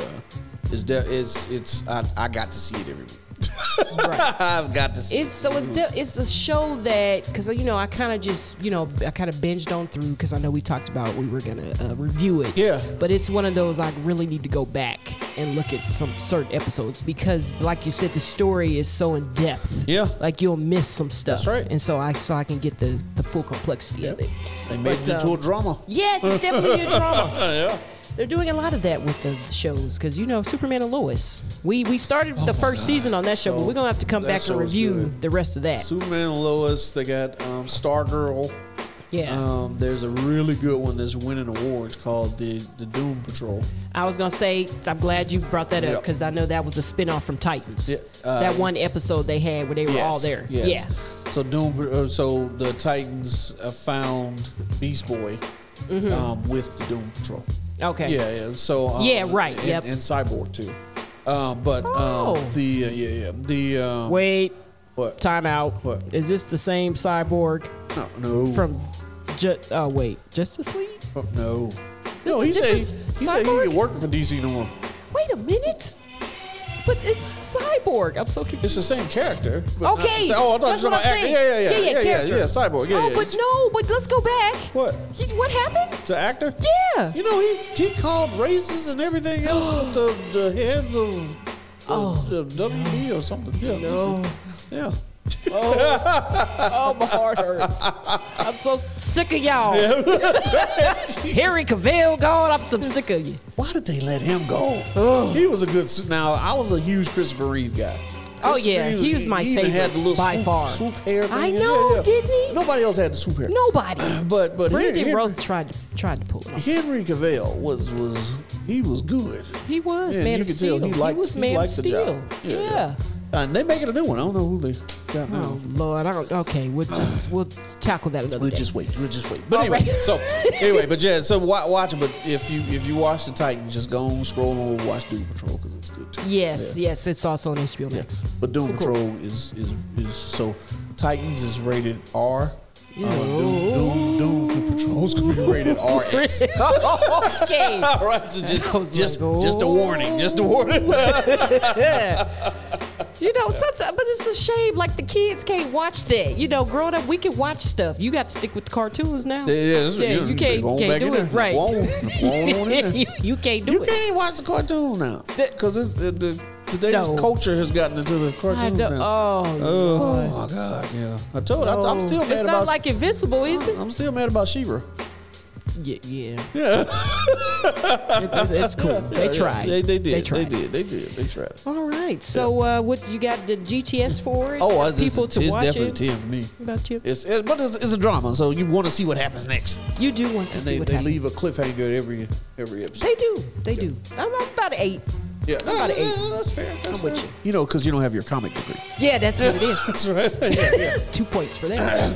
Speaker 5: is de- it's it's I, I got to see it every week. I've got to see
Speaker 2: It's so it's de- it's a show that because you know I kind of just you know I kind of binged on through because I know we talked about we were gonna uh, review it.
Speaker 5: Yeah.
Speaker 2: But it's one of those I really need to go back and look at some certain episodes because, like you said, the story is so in depth.
Speaker 5: Yeah.
Speaker 2: Like you'll miss some stuff.
Speaker 5: That's right.
Speaker 2: And so I so I can get the the full complexity of it.
Speaker 5: They made
Speaker 2: But,
Speaker 5: it into
Speaker 2: um,
Speaker 5: a drama.
Speaker 2: Yes, it's definitely a drama.
Speaker 5: yeah.
Speaker 2: They're doing a lot of that with the shows because you know Superman and Lois. We we started the first season on that show, but we're gonna have to come
Speaker 5: Oh that
Speaker 2: back and
Speaker 5: show's
Speaker 2: review
Speaker 5: good.
Speaker 2: the rest of that.
Speaker 5: Superman and Lois. They got um, Stargirl.
Speaker 2: yeah,
Speaker 5: Um, there's a really good one that's winning awards called the the Doom Patrol.
Speaker 2: I was gonna say I'm glad you brought that up
Speaker 5: Yeah.
Speaker 2: because I know that was a spinoff from Titans.
Speaker 5: Yeah, uh,
Speaker 2: that one episode they had where they were all there.
Speaker 5: yes.
Speaker 2: Yeah.
Speaker 5: So Doom. uh, So the Titans uh, found Beast Boy
Speaker 2: Mm-hmm.
Speaker 5: um, with the Doom Patrol.
Speaker 2: Okay.
Speaker 5: Yeah, yeah. So um,
Speaker 2: Yeah, right,
Speaker 5: And,
Speaker 2: yep.
Speaker 5: and Cyborg too. Um, but
Speaker 2: Oh.
Speaker 5: um, the uh, yeah yeah the um,
Speaker 2: Wait,
Speaker 5: what?
Speaker 2: time out.
Speaker 5: What?
Speaker 2: Is this the same cyborg
Speaker 5: no no
Speaker 2: from? Ju- oh wait, Justice League.
Speaker 5: Oh, no.
Speaker 2: This
Speaker 5: No,
Speaker 2: a
Speaker 5: he said he, he
Speaker 2: different
Speaker 5: said he
Speaker 2: cyborg?
Speaker 5: ain't working for DC no more.
Speaker 2: Wait a minute. But it's cyborg. I'm so confused.
Speaker 5: It's the same character. but not the
Speaker 2: Okay.
Speaker 5: same- oh, I thought
Speaker 2: that's
Speaker 5: you were
Speaker 2: what I'm
Speaker 5: talking about
Speaker 2: saying.
Speaker 5: actor. Yeah, yeah, yeah,
Speaker 2: yeah,
Speaker 5: yeah, yeah,
Speaker 2: character.
Speaker 5: yeah, cyborg, yeah,
Speaker 2: oh,
Speaker 5: yeah.
Speaker 2: but no, but let's go back.
Speaker 5: What?
Speaker 2: He, what happened?
Speaker 5: The actor?
Speaker 2: Yeah.
Speaker 5: You know, he's he called races and everything else with the, the heads of the,
Speaker 2: Oh,
Speaker 5: the WB or something. Yeah. that's it. Yeah.
Speaker 2: Oh, my heart hurts. I'm so sick of y'all. Harry Cavill gone. I'm so sick of you.
Speaker 5: Why did they let him go? He was a good. s- Now I was a huge Christopher Reeve guy.
Speaker 2: Oh,
Speaker 5: Christopher
Speaker 2: yeah,
Speaker 5: Reeve
Speaker 2: he was my
Speaker 5: he even had
Speaker 2: favorite
Speaker 5: the little
Speaker 2: by
Speaker 5: swoop,
Speaker 2: far.
Speaker 5: Swoop hair.
Speaker 2: I
Speaker 5: thing.
Speaker 2: know, didn't he?
Speaker 5: Nobody else had the swoop hair.
Speaker 2: Nobody.
Speaker 5: But but Henry,
Speaker 2: Brendan
Speaker 5: Henry,
Speaker 2: Roth tried to tried to pull it off.
Speaker 5: Henry Cavill was was he was good.
Speaker 2: He was
Speaker 5: Yeah,
Speaker 2: man
Speaker 5: you
Speaker 2: of
Speaker 5: could
Speaker 2: steel.
Speaker 5: tell he liked-
Speaker 2: was
Speaker 5: he
Speaker 2: man of
Speaker 5: liked the
Speaker 2: steel.
Speaker 5: job.
Speaker 2: Yeah.
Speaker 5: Yeah, And they making a new one. I don't know who they got now.
Speaker 2: Oh Lord. I don't, okay, we'll just we'll tackle that another
Speaker 5: We'll
Speaker 2: day.
Speaker 5: just wait. We'll just wait. But
Speaker 2: All
Speaker 5: anyway,
Speaker 2: right.
Speaker 5: so anyway, but yeah, so wa- watch it. But if you if you watch the Titans, just go on scroll over, watch Doom Patrol because it's good. Too.
Speaker 2: yes, yes. It's also on HBO Max.
Speaker 5: But Doom Patrol is, is is so Titans is rated R. Uh, Doom, Doom, Doom Patrol's gonna be rated RX.
Speaker 2: okay.
Speaker 5: All right, so just
Speaker 2: I was like,
Speaker 5: just just a warning, just a warning.
Speaker 2: Yeah. You know, sometimes, but it's a shame. Like the kids can't watch that. You know, growing up, we can watch stuff. You got to stick with the cartoons now.
Speaker 5: Yeah, yeah, that's- yeah,
Speaker 2: you can't,
Speaker 5: go on
Speaker 2: can't
Speaker 5: back
Speaker 2: do
Speaker 5: in
Speaker 2: it
Speaker 5: there.
Speaker 2: right.
Speaker 5: Go on- go on in there.
Speaker 2: you, you can't do
Speaker 5: You
Speaker 2: it.
Speaker 5: can't even watch the cartoon now
Speaker 2: The-
Speaker 5: because it's the, the today's
Speaker 2: No.
Speaker 5: culture has gotten into the
Speaker 2: I
Speaker 5: cartoons
Speaker 2: know.
Speaker 5: now.
Speaker 2: Oh,
Speaker 5: oh
Speaker 2: Lord.
Speaker 5: my god, yeah. I told. you, Uh, I'm, I'm still mad
Speaker 2: it's
Speaker 5: about. Uh-huh.
Speaker 2: not like Invincible, is it?
Speaker 5: I'm still mad about Sheba.
Speaker 2: Yeah, yeah. it's, it's- it's cool. they tried.
Speaker 5: They, they did.
Speaker 2: They tried.
Speaker 5: did. They did. They tried.
Speaker 2: All right. So, uh, what you got the GTS for it?
Speaker 5: Oh,
Speaker 2: For
Speaker 5: I, it's,
Speaker 2: people to
Speaker 5: it's
Speaker 2: watch
Speaker 5: definitely
Speaker 2: it.
Speaker 5: ten for me.
Speaker 2: About you.
Speaker 5: It's it, but it's, it's a drama, so you want to see what happens next.
Speaker 2: You do want to
Speaker 5: And
Speaker 2: see
Speaker 5: they,
Speaker 2: what
Speaker 5: they leave a
Speaker 2: happens.
Speaker 5: cliffhanger every every episode.
Speaker 2: They do. They do. I'm, I'm about an eight.
Speaker 5: yeah,
Speaker 2: I'm about an eight.
Speaker 5: that's fair. That's
Speaker 2: I'm with
Speaker 5: fair.
Speaker 2: you.
Speaker 5: You know, because you don't have your comic degree.
Speaker 2: Yeah, that's what it is.
Speaker 5: That's right.
Speaker 2: Two points for that.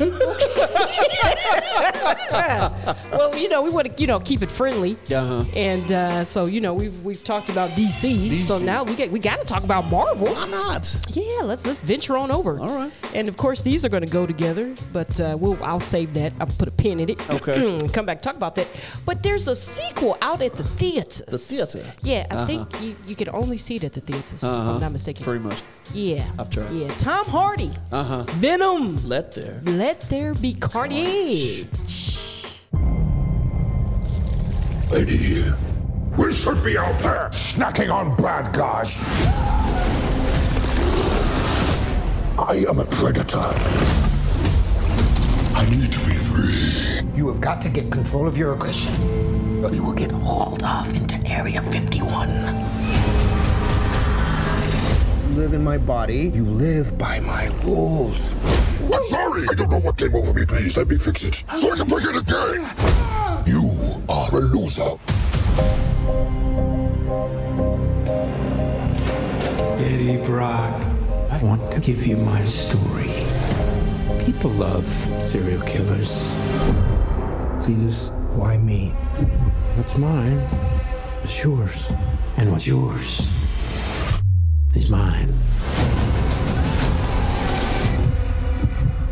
Speaker 2: well, you know, we want to, you know, keep it friendly.
Speaker 5: Uh-huh.
Speaker 2: And uh, so, you know, we've we've talked about DC, so
Speaker 5: DC.
Speaker 2: now we get we got to talk about Marvel.
Speaker 5: Why not?
Speaker 2: Yeah, let's let's venture on over.
Speaker 5: All right.
Speaker 2: And of course, these are going to go together, but uh, we'll I'll save that. I'll put a pin in it.
Speaker 5: Okay.
Speaker 2: Come back talk about that. But there's a sequel out at the theaters. The
Speaker 5: theater? Uh-huh.
Speaker 2: Yeah, I think you, you can only see it at the theaters. If I'm not mistaken.
Speaker 5: Pretty much.
Speaker 2: Yeah.
Speaker 5: I've tried. Uh-huh.
Speaker 2: Yeah. Tom Hardy. Uh huh. Venom.
Speaker 5: Let there.
Speaker 2: Let there be carnage.
Speaker 10: Lady here. We should be out there snacking on bad guys. I am a predator. I need to be free.
Speaker 11: You have got to get control of your aggression. You will get hauled off into Area 51. You live in my body, you live by my rules.
Speaker 10: I'm sorry. I don't know what came over me. Please let me fix it so I can forget it again. You are a loser.
Speaker 6: Eddie Brock, I want to give you my story. People love serial killers. Cletus,
Speaker 11: Why me?
Speaker 6: what's mine is yours. And what's yours is mine.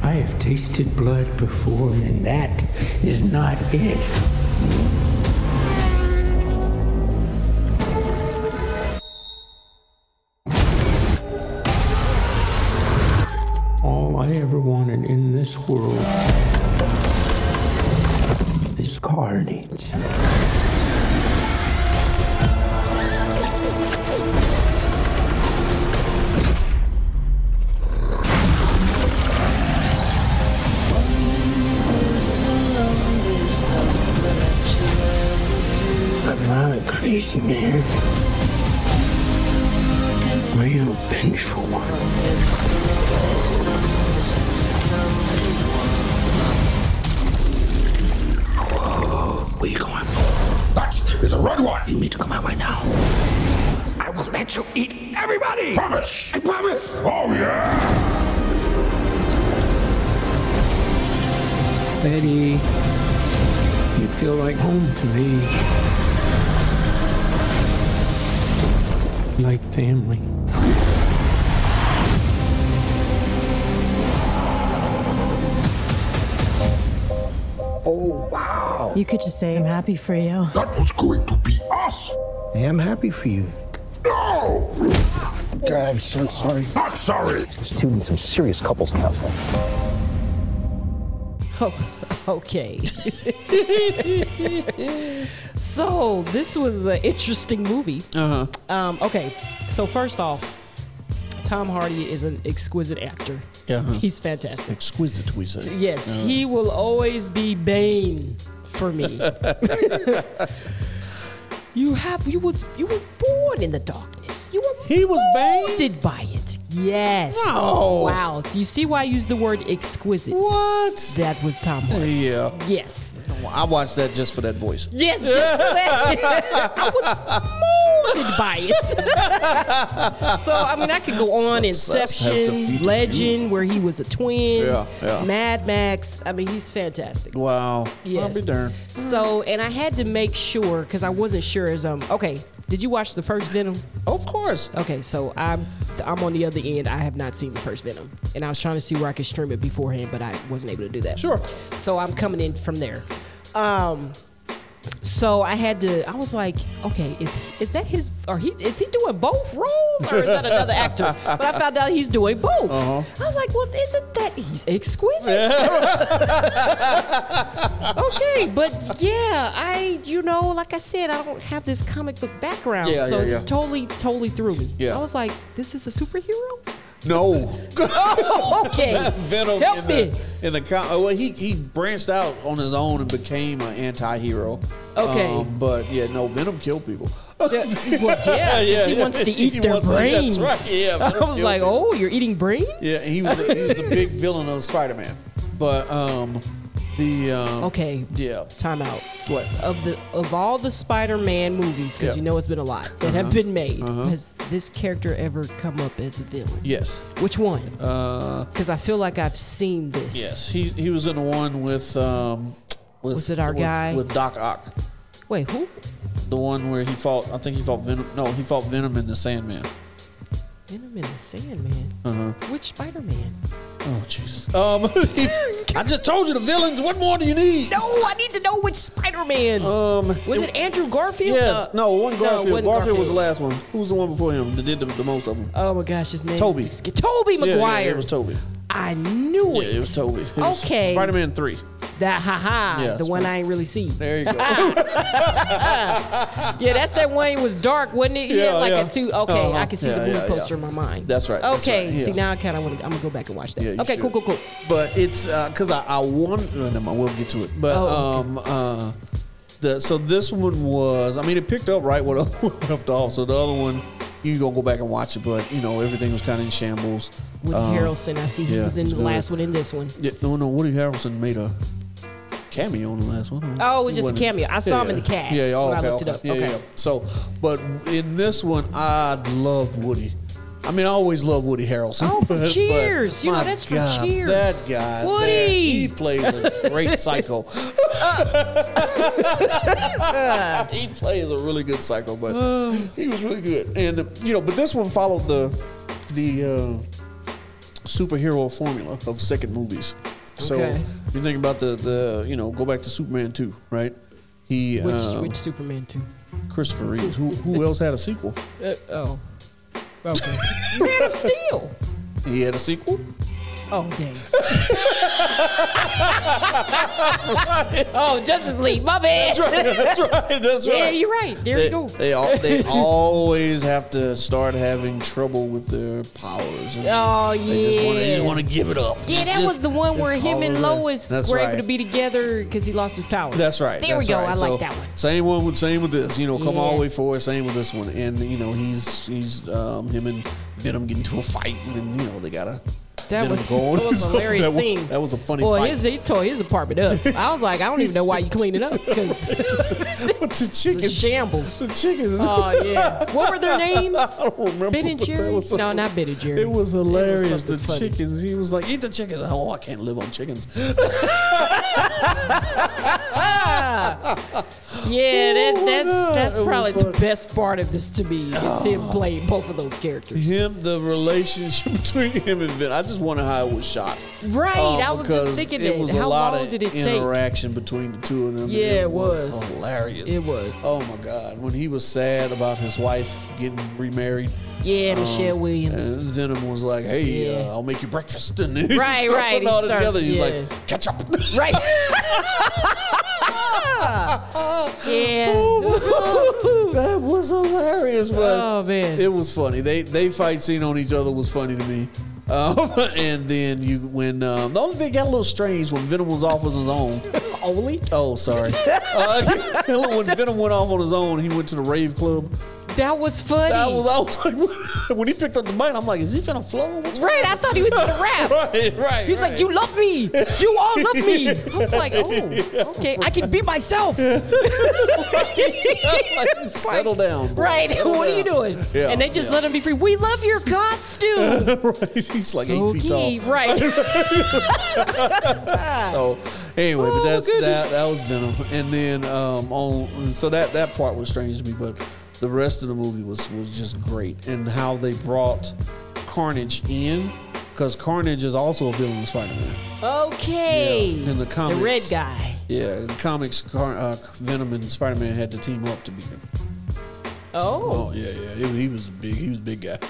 Speaker 6: I have tasted blood before, and that is not it. All I ever wanted in this world is carnage. I'm not a crazy man. I am a vengeful
Speaker 11: Where you going? That is the red one. You need to come out right now. I will let you eat everybody. Promise. I promise. Oh yeah.
Speaker 6: Betty, you feel like home to me. Like family.
Speaker 11: Oh wow.
Speaker 9: You could just say, I'm happy for you.
Speaker 11: That was going to be us.
Speaker 12: I am happy for you.
Speaker 11: No.
Speaker 12: God, I'm so sorry.
Speaker 11: Not sorry.
Speaker 12: This dude needs some serious couples counseling.
Speaker 2: Oh, okay. so this was an interesting movie. huh.
Speaker 5: Uh
Speaker 2: Um, okay, so first off, Tom Hardy is an exquisite actor.
Speaker 5: Yeah, uh-huh.
Speaker 2: he's fantastic.
Speaker 5: Exquisite, we say.
Speaker 2: Yes,
Speaker 5: Uh,
Speaker 2: he will always be Bane for me. you have you was you were born in the darkness. You were
Speaker 5: he was
Speaker 2: Bane by it. Yes.
Speaker 5: No.
Speaker 2: Wow. Do you see why I used the word exquisite?
Speaker 5: What?
Speaker 2: That was Tom Hardy.
Speaker 5: Yeah.
Speaker 2: Yes.
Speaker 5: I watched that just for that voice.
Speaker 2: Yes, just for that. I was molded by it. so I mean, I could go on.
Speaker 5: Success has
Speaker 2: Inception,
Speaker 5: defeated
Speaker 2: Legend, where he was a twin.
Speaker 5: Yeah, yeah.
Speaker 2: Mad Max. I mean, he's fantastic.
Speaker 5: Wow.
Speaker 2: Yes.
Speaker 5: I'll be darned.
Speaker 2: So, and I had to make sure because I wasn't sure as um. Okay, did you watch the first Venom?
Speaker 5: Of course.
Speaker 2: Okay, so I'm I'm on the other end. I have not seen the first Venom, and I was trying to see where I could stream it beforehand, but I wasn't able to do that.
Speaker 5: Sure.
Speaker 2: So I'm coming in from there. Um, so I had to. I was like, okay, is is that his? Or he is he doing both roles, or is that another actor? But I found out he's doing both.
Speaker 5: Uh-huh.
Speaker 2: I was like, well, isn't that he's exquisite? okay, but yeah, I you know, like I said, I don't have this comic book background,
Speaker 5: Yeah,
Speaker 2: so
Speaker 5: yeah,
Speaker 2: it's
Speaker 5: yeah.
Speaker 2: totally totally threw me.
Speaker 5: Yeah.
Speaker 2: I was like, this is a superhero.
Speaker 5: No.
Speaker 2: oh, okay.
Speaker 5: Venom
Speaker 2: Help
Speaker 5: in
Speaker 2: me.
Speaker 5: the in the com- well, he he branched out on his own and became an anti-hero. Um,
Speaker 2: Okay.
Speaker 5: but yeah, no, Venom killed people.
Speaker 2: Yeah, well, yeah, 'cause
Speaker 5: Yeah,
Speaker 2: he
Speaker 5: yeah.
Speaker 2: wants to eat
Speaker 5: He
Speaker 2: their
Speaker 5: wants to-
Speaker 2: brains.
Speaker 5: that's right, yeah,
Speaker 2: I was
Speaker 5: guilty.
Speaker 2: like, oh, you're eating brains?
Speaker 5: Yeah, he was a, he was a big villain of Spider-Man, but um, the um,
Speaker 2: Okay.
Speaker 5: yeah,
Speaker 2: Time out.
Speaker 5: What?
Speaker 2: Of the of all the Spider-Man movies, because you
Speaker 5: Yeah.
Speaker 2: know it's been a lot that have
Speaker 5: Uh-huh.
Speaker 2: been made,
Speaker 5: Uh-huh.
Speaker 2: has this character ever come up as a villain?
Speaker 5: yes,
Speaker 2: Which one?
Speaker 5: uh,
Speaker 2: Because I feel like I've seen this.
Speaker 5: yes, he he was in the one with um, with,
Speaker 2: Was it our
Speaker 5: with-
Speaker 2: guy?
Speaker 5: with Doc Ock,
Speaker 2: Wait, who?
Speaker 5: the one where he fought? I think he fought Venom. No, he fought Venom in the Sandman.
Speaker 2: Venom in the Sandman.
Speaker 5: Uh huh.
Speaker 2: Which Spider-Man?
Speaker 5: Oh Jesus. Um, I just told you the villains. What more do you need?
Speaker 2: No, I need to know which Spider-Man.
Speaker 5: Um,
Speaker 2: was it, Andrew Garfield?
Speaker 5: Yes.
Speaker 2: Uh,
Speaker 5: no, one
Speaker 2: it
Speaker 5: Garfield.
Speaker 2: wasn't
Speaker 5: Garfield, was the last one. Who was the one before him that did the, the most of them?
Speaker 2: Oh my gosh, his name.
Speaker 5: Toby.
Speaker 2: Is, Toby
Speaker 5: Yeah,
Speaker 2: McGuire.
Speaker 5: yeah, it was Toby.
Speaker 2: I knew
Speaker 5: Yeah,
Speaker 2: it.
Speaker 5: it was Toby. It was
Speaker 2: okay.
Speaker 5: Spider-Man three.
Speaker 2: That haha.
Speaker 5: Yeah,
Speaker 2: the one
Speaker 5: Spider-
Speaker 2: I ain't really see.
Speaker 5: There you go.
Speaker 2: yeah, that's that one. It was dark, wasn't it? He had
Speaker 5: Yeah,
Speaker 2: like
Speaker 5: yeah.
Speaker 2: a two. Okay,
Speaker 5: Uh-huh.
Speaker 2: I can see
Speaker 5: Yeah,
Speaker 2: the movie
Speaker 5: yeah, yeah.
Speaker 2: poster in my mind.
Speaker 5: That's right, that's
Speaker 2: Okay,
Speaker 5: right,
Speaker 2: see
Speaker 5: yeah.
Speaker 2: now I kind of want to. I'm gonna go back and watch that.
Speaker 5: Yeah, you
Speaker 2: okay, cool,
Speaker 5: should.
Speaker 2: cool, cool.
Speaker 5: But it's because I, I want. No, never mind, we'll get to it. But
Speaker 2: Oh,
Speaker 5: um, uh, the so this one was. I mean, it picked up right where the other one left off. So the other one, you gonna go back and watch it, but you know everything was kind of in shambles.
Speaker 2: Woody
Speaker 5: Um,
Speaker 2: Harrelson, I see he
Speaker 5: yeah,
Speaker 2: was in the
Speaker 5: uh,
Speaker 2: last one. In this one.
Speaker 5: Yeah, no, no. Woody Harrelson made a cameo on the last one.
Speaker 2: Oh, it was just a
Speaker 5: Wasn't
Speaker 2: cameo. I saw him in the cast
Speaker 5: Yeah, yeah. Oh,
Speaker 2: when I
Speaker 5: okay,
Speaker 2: looked it
Speaker 5: okay.
Speaker 2: up.
Speaker 5: Yeah,
Speaker 2: Okay.
Speaker 5: yeah. So, but in this one, I loved Woody. I mean, I always loved Woody Harrelson.
Speaker 2: Oh, from
Speaker 5: but- but
Speaker 2: Cheers. You know,
Speaker 5: my
Speaker 2: that's from
Speaker 5: God,
Speaker 2: Cheers.
Speaker 5: That guy,
Speaker 2: Woody.
Speaker 5: there, he plays a great psycho. he plays a really good psycho, but
Speaker 2: Oh.
Speaker 5: he was really good. And the, you know, but this one followed the the uh, superhero formula of second movies. So
Speaker 2: Okay.
Speaker 5: if you think about the the you know go back to Superman two, right? He
Speaker 2: Which,
Speaker 5: um,
Speaker 2: which Superman two?
Speaker 5: Christopher Reeve. Who who else had a sequel?
Speaker 2: Uh, oh, okay. Man of Steel.
Speaker 5: He had a sequel.
Speaker 2: Oh dang. oh, Justice League, my bad.
Speaker 5: That's right. That's right. That's right.
Speaker 2: Yeah, you're right. There
Speaker 5: they,
Speaker 2: you go.
Speaker 5: They, al- they always have to start having trouble with their powers. and
Speaker 2: Oh yeah.
Speaker 5: They just wanna- they just want to give it up.
Speaker 2: Yeah, that was the one where him and
Speaker 5: all over.
Speaker 2: Lois
Speaker 5: That's
Speaker 2: were
Speaker 5: right.
Speaker 2: able to be together because he lost his powers.
Speaker 5: That's right.
Speaker 2: There
Speaker 5: that's
Speaker 2: we go.
Speaker 5: right.
Speaker 2: I
Speaker 5: So,
Speaker 2: like that one.
Speaker 5: Same one with same with this. You know, come all
Speaker 2: Yeah.
Speaker 5: the way forward. Same with this one. And you know, he's he's um, him and Venom get into a fight, and then, you know they gotta.
Speaker 2: That
Speaker 5: Venom
Speaker 2: was, that
Speaker 5: going.
Speaker 2: was a
Speaker 5: So
Speaker 2: hilarious
Speaker 5: that was-
Speaker 2: scene.
Speaker 5: that was a funny
Speaker 2: Boy,
Speaker 5: fight.
Speaker 2: his, he tore his apartment up. I was like, I don't even know why you cleaned it up because
Speaker 5: the chickens,
Speaker 2: shambles.
Speaker 5: The chickens.
Speaker 2: Oh yeah. What were their names?
Speaker 5: I don't remember.
Speaker 2: Ben and
Speaker 5: but that
Speaker 2: Jerry.
Speaker 5: was
Speaker 2: no, not Ben and Jerry.
Speaker 5: It was hilarious.
Speaker 2: something
Speaker 5: the
Speaker 2: funny.
Speaker 5: chickens. He was like, "Eat the chickens." Oh, I can't live on chickens.
Speaker 2: Yeah, that,
Speaker 5: Oh,
Speaker 2: that's
Speaker 5: no,
Speaker 2: that's
Speaker 5: it was
Speaker 2: probably the
Speaker 5: fun.
Speaker 2: best part of this to me is him playing both of those characters.
Speaker 5: him, the relationship between him and Venom. I just wonder how it was shot.
Speaker 2: Right,
Speaker 5: Um,
Speaker 2: I was
Speaker 5: because
Speaker 2: just thinking
Speaker 5: it
Speaker 2: that.
Speaker 5: was
Speaker 2: How
Speaker 5: a lot
Speaker 2: long
Speaker 5: of
Speaker 2: did it take?
Speaker 5: interaction between the two of them. and
Speaker 2: Yeah, it was.
Speaker 5: was hilarious.
Speaker 2: It was.
Speaker 5: Oh my God, when he was sad about his wife getting remarried. um,
Speaker 2: Yeah, Michelle Williams.
Speaker 5: And Venom was like, "Hey,
Speaker 2: Yeah.
Speaker 5: uh, I'll make you breakfast," and he
Speaker 2: Right,
Speaker 5: started
Speaker 2: right,
Speaker 5: putting
Speaker 2: he
Speaker 5: all that
Speaker 2: started-
Speaker 5: together. He's
Speaker 2: yeah.
Speaker 5: like, "Catch up."
Speaker 2: Right. yeah.
Speaker 5: that was hilarious, but
Speaker 2: Oh, man.
Speaker 5: it was funny. They they fight scene on each other was funny to me. Um, and then you when um, the only thing that got a little strange when Venom was off on his own.
Speaker 2: Only
Speaker 5: Oh, sorry. Uh, when Venom went off on his own, he went to the rave club.
Speaker 2: that was funny.
Speaker 5: That was, I was like, when he picked up the mic, I'm like, is he finna flow? What's
Speaker 2: right. I thought he was gonna rap.
Speaker 5: Right, right.
Speaker 2: He's like,
Speaker 5: right.
Speaker 2: you love me. You all love me. I was like, oh, okay. I can be myself.
Speaker 5: Like, settle down. bro.
Speaker 2: Right.
Speaker 5: Settle
Speaker 2: What are you
Speaker 5: down."
Speaker 2: doing?
Speaker 5: Yeah,
Speaker 2: and they just
Speaker 5: yeah.
Speaker 2: let him be free. We love your costume.
Speaker 5: right. He's like eight feet tall.
Speaker 2: okay. Right.
Speaker 5: So anyway, but
Speaker 2: Oh,
Speaker 5: that's
Speaker 2: goodness.
Speaker 5: that that was Venom. And then um on so that that part was strange to me, but the rest of the movie was was just great and how they brought Carnage in because Carnage is also a villain in Spider-Man.
Speaker 2: Okay.
Speaker 5: Yeah, in the comics.
Speaker 2: The red guy.
Speaker 5: Yeah, in the comics Car- uh, Venom and Spider-Man had to team up to beat him.
Speaker 2: Oh.
Speaker 5: Oh yeah, yeah. He, he was big. He was a big guy.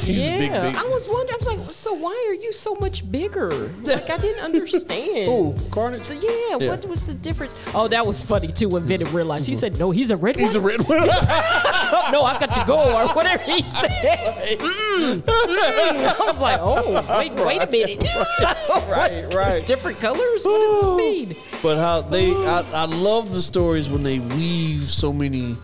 Speaker 5: He's
Speaker 2: yeah.
Speaker 5: a big, big.
Speaker 2: I was wondering. I was like, so why are you so much bigger? Like I didn't understand.
Speaker 5: Who? Carnage.
Speaker 2: So, yeah,
Speaker 5: Yeah. Mm-hmm.
Speaker 2: What was the difference? Oh, that was funny too. When Venom realized, he said, "No, he's a red
Speaker 5: He's a
Speaker 2: one.
Speaker 5: red one.
Speaker 2: no, I've got to go," or whatever he said. Mm, mm. I was like, "Oh, wait, wait a minute. What's-
Speaker 5: right.
Speaker 2: Different colors. What does this mean?"
Speaker 5: But how they, I, I love the stories when they weave so many.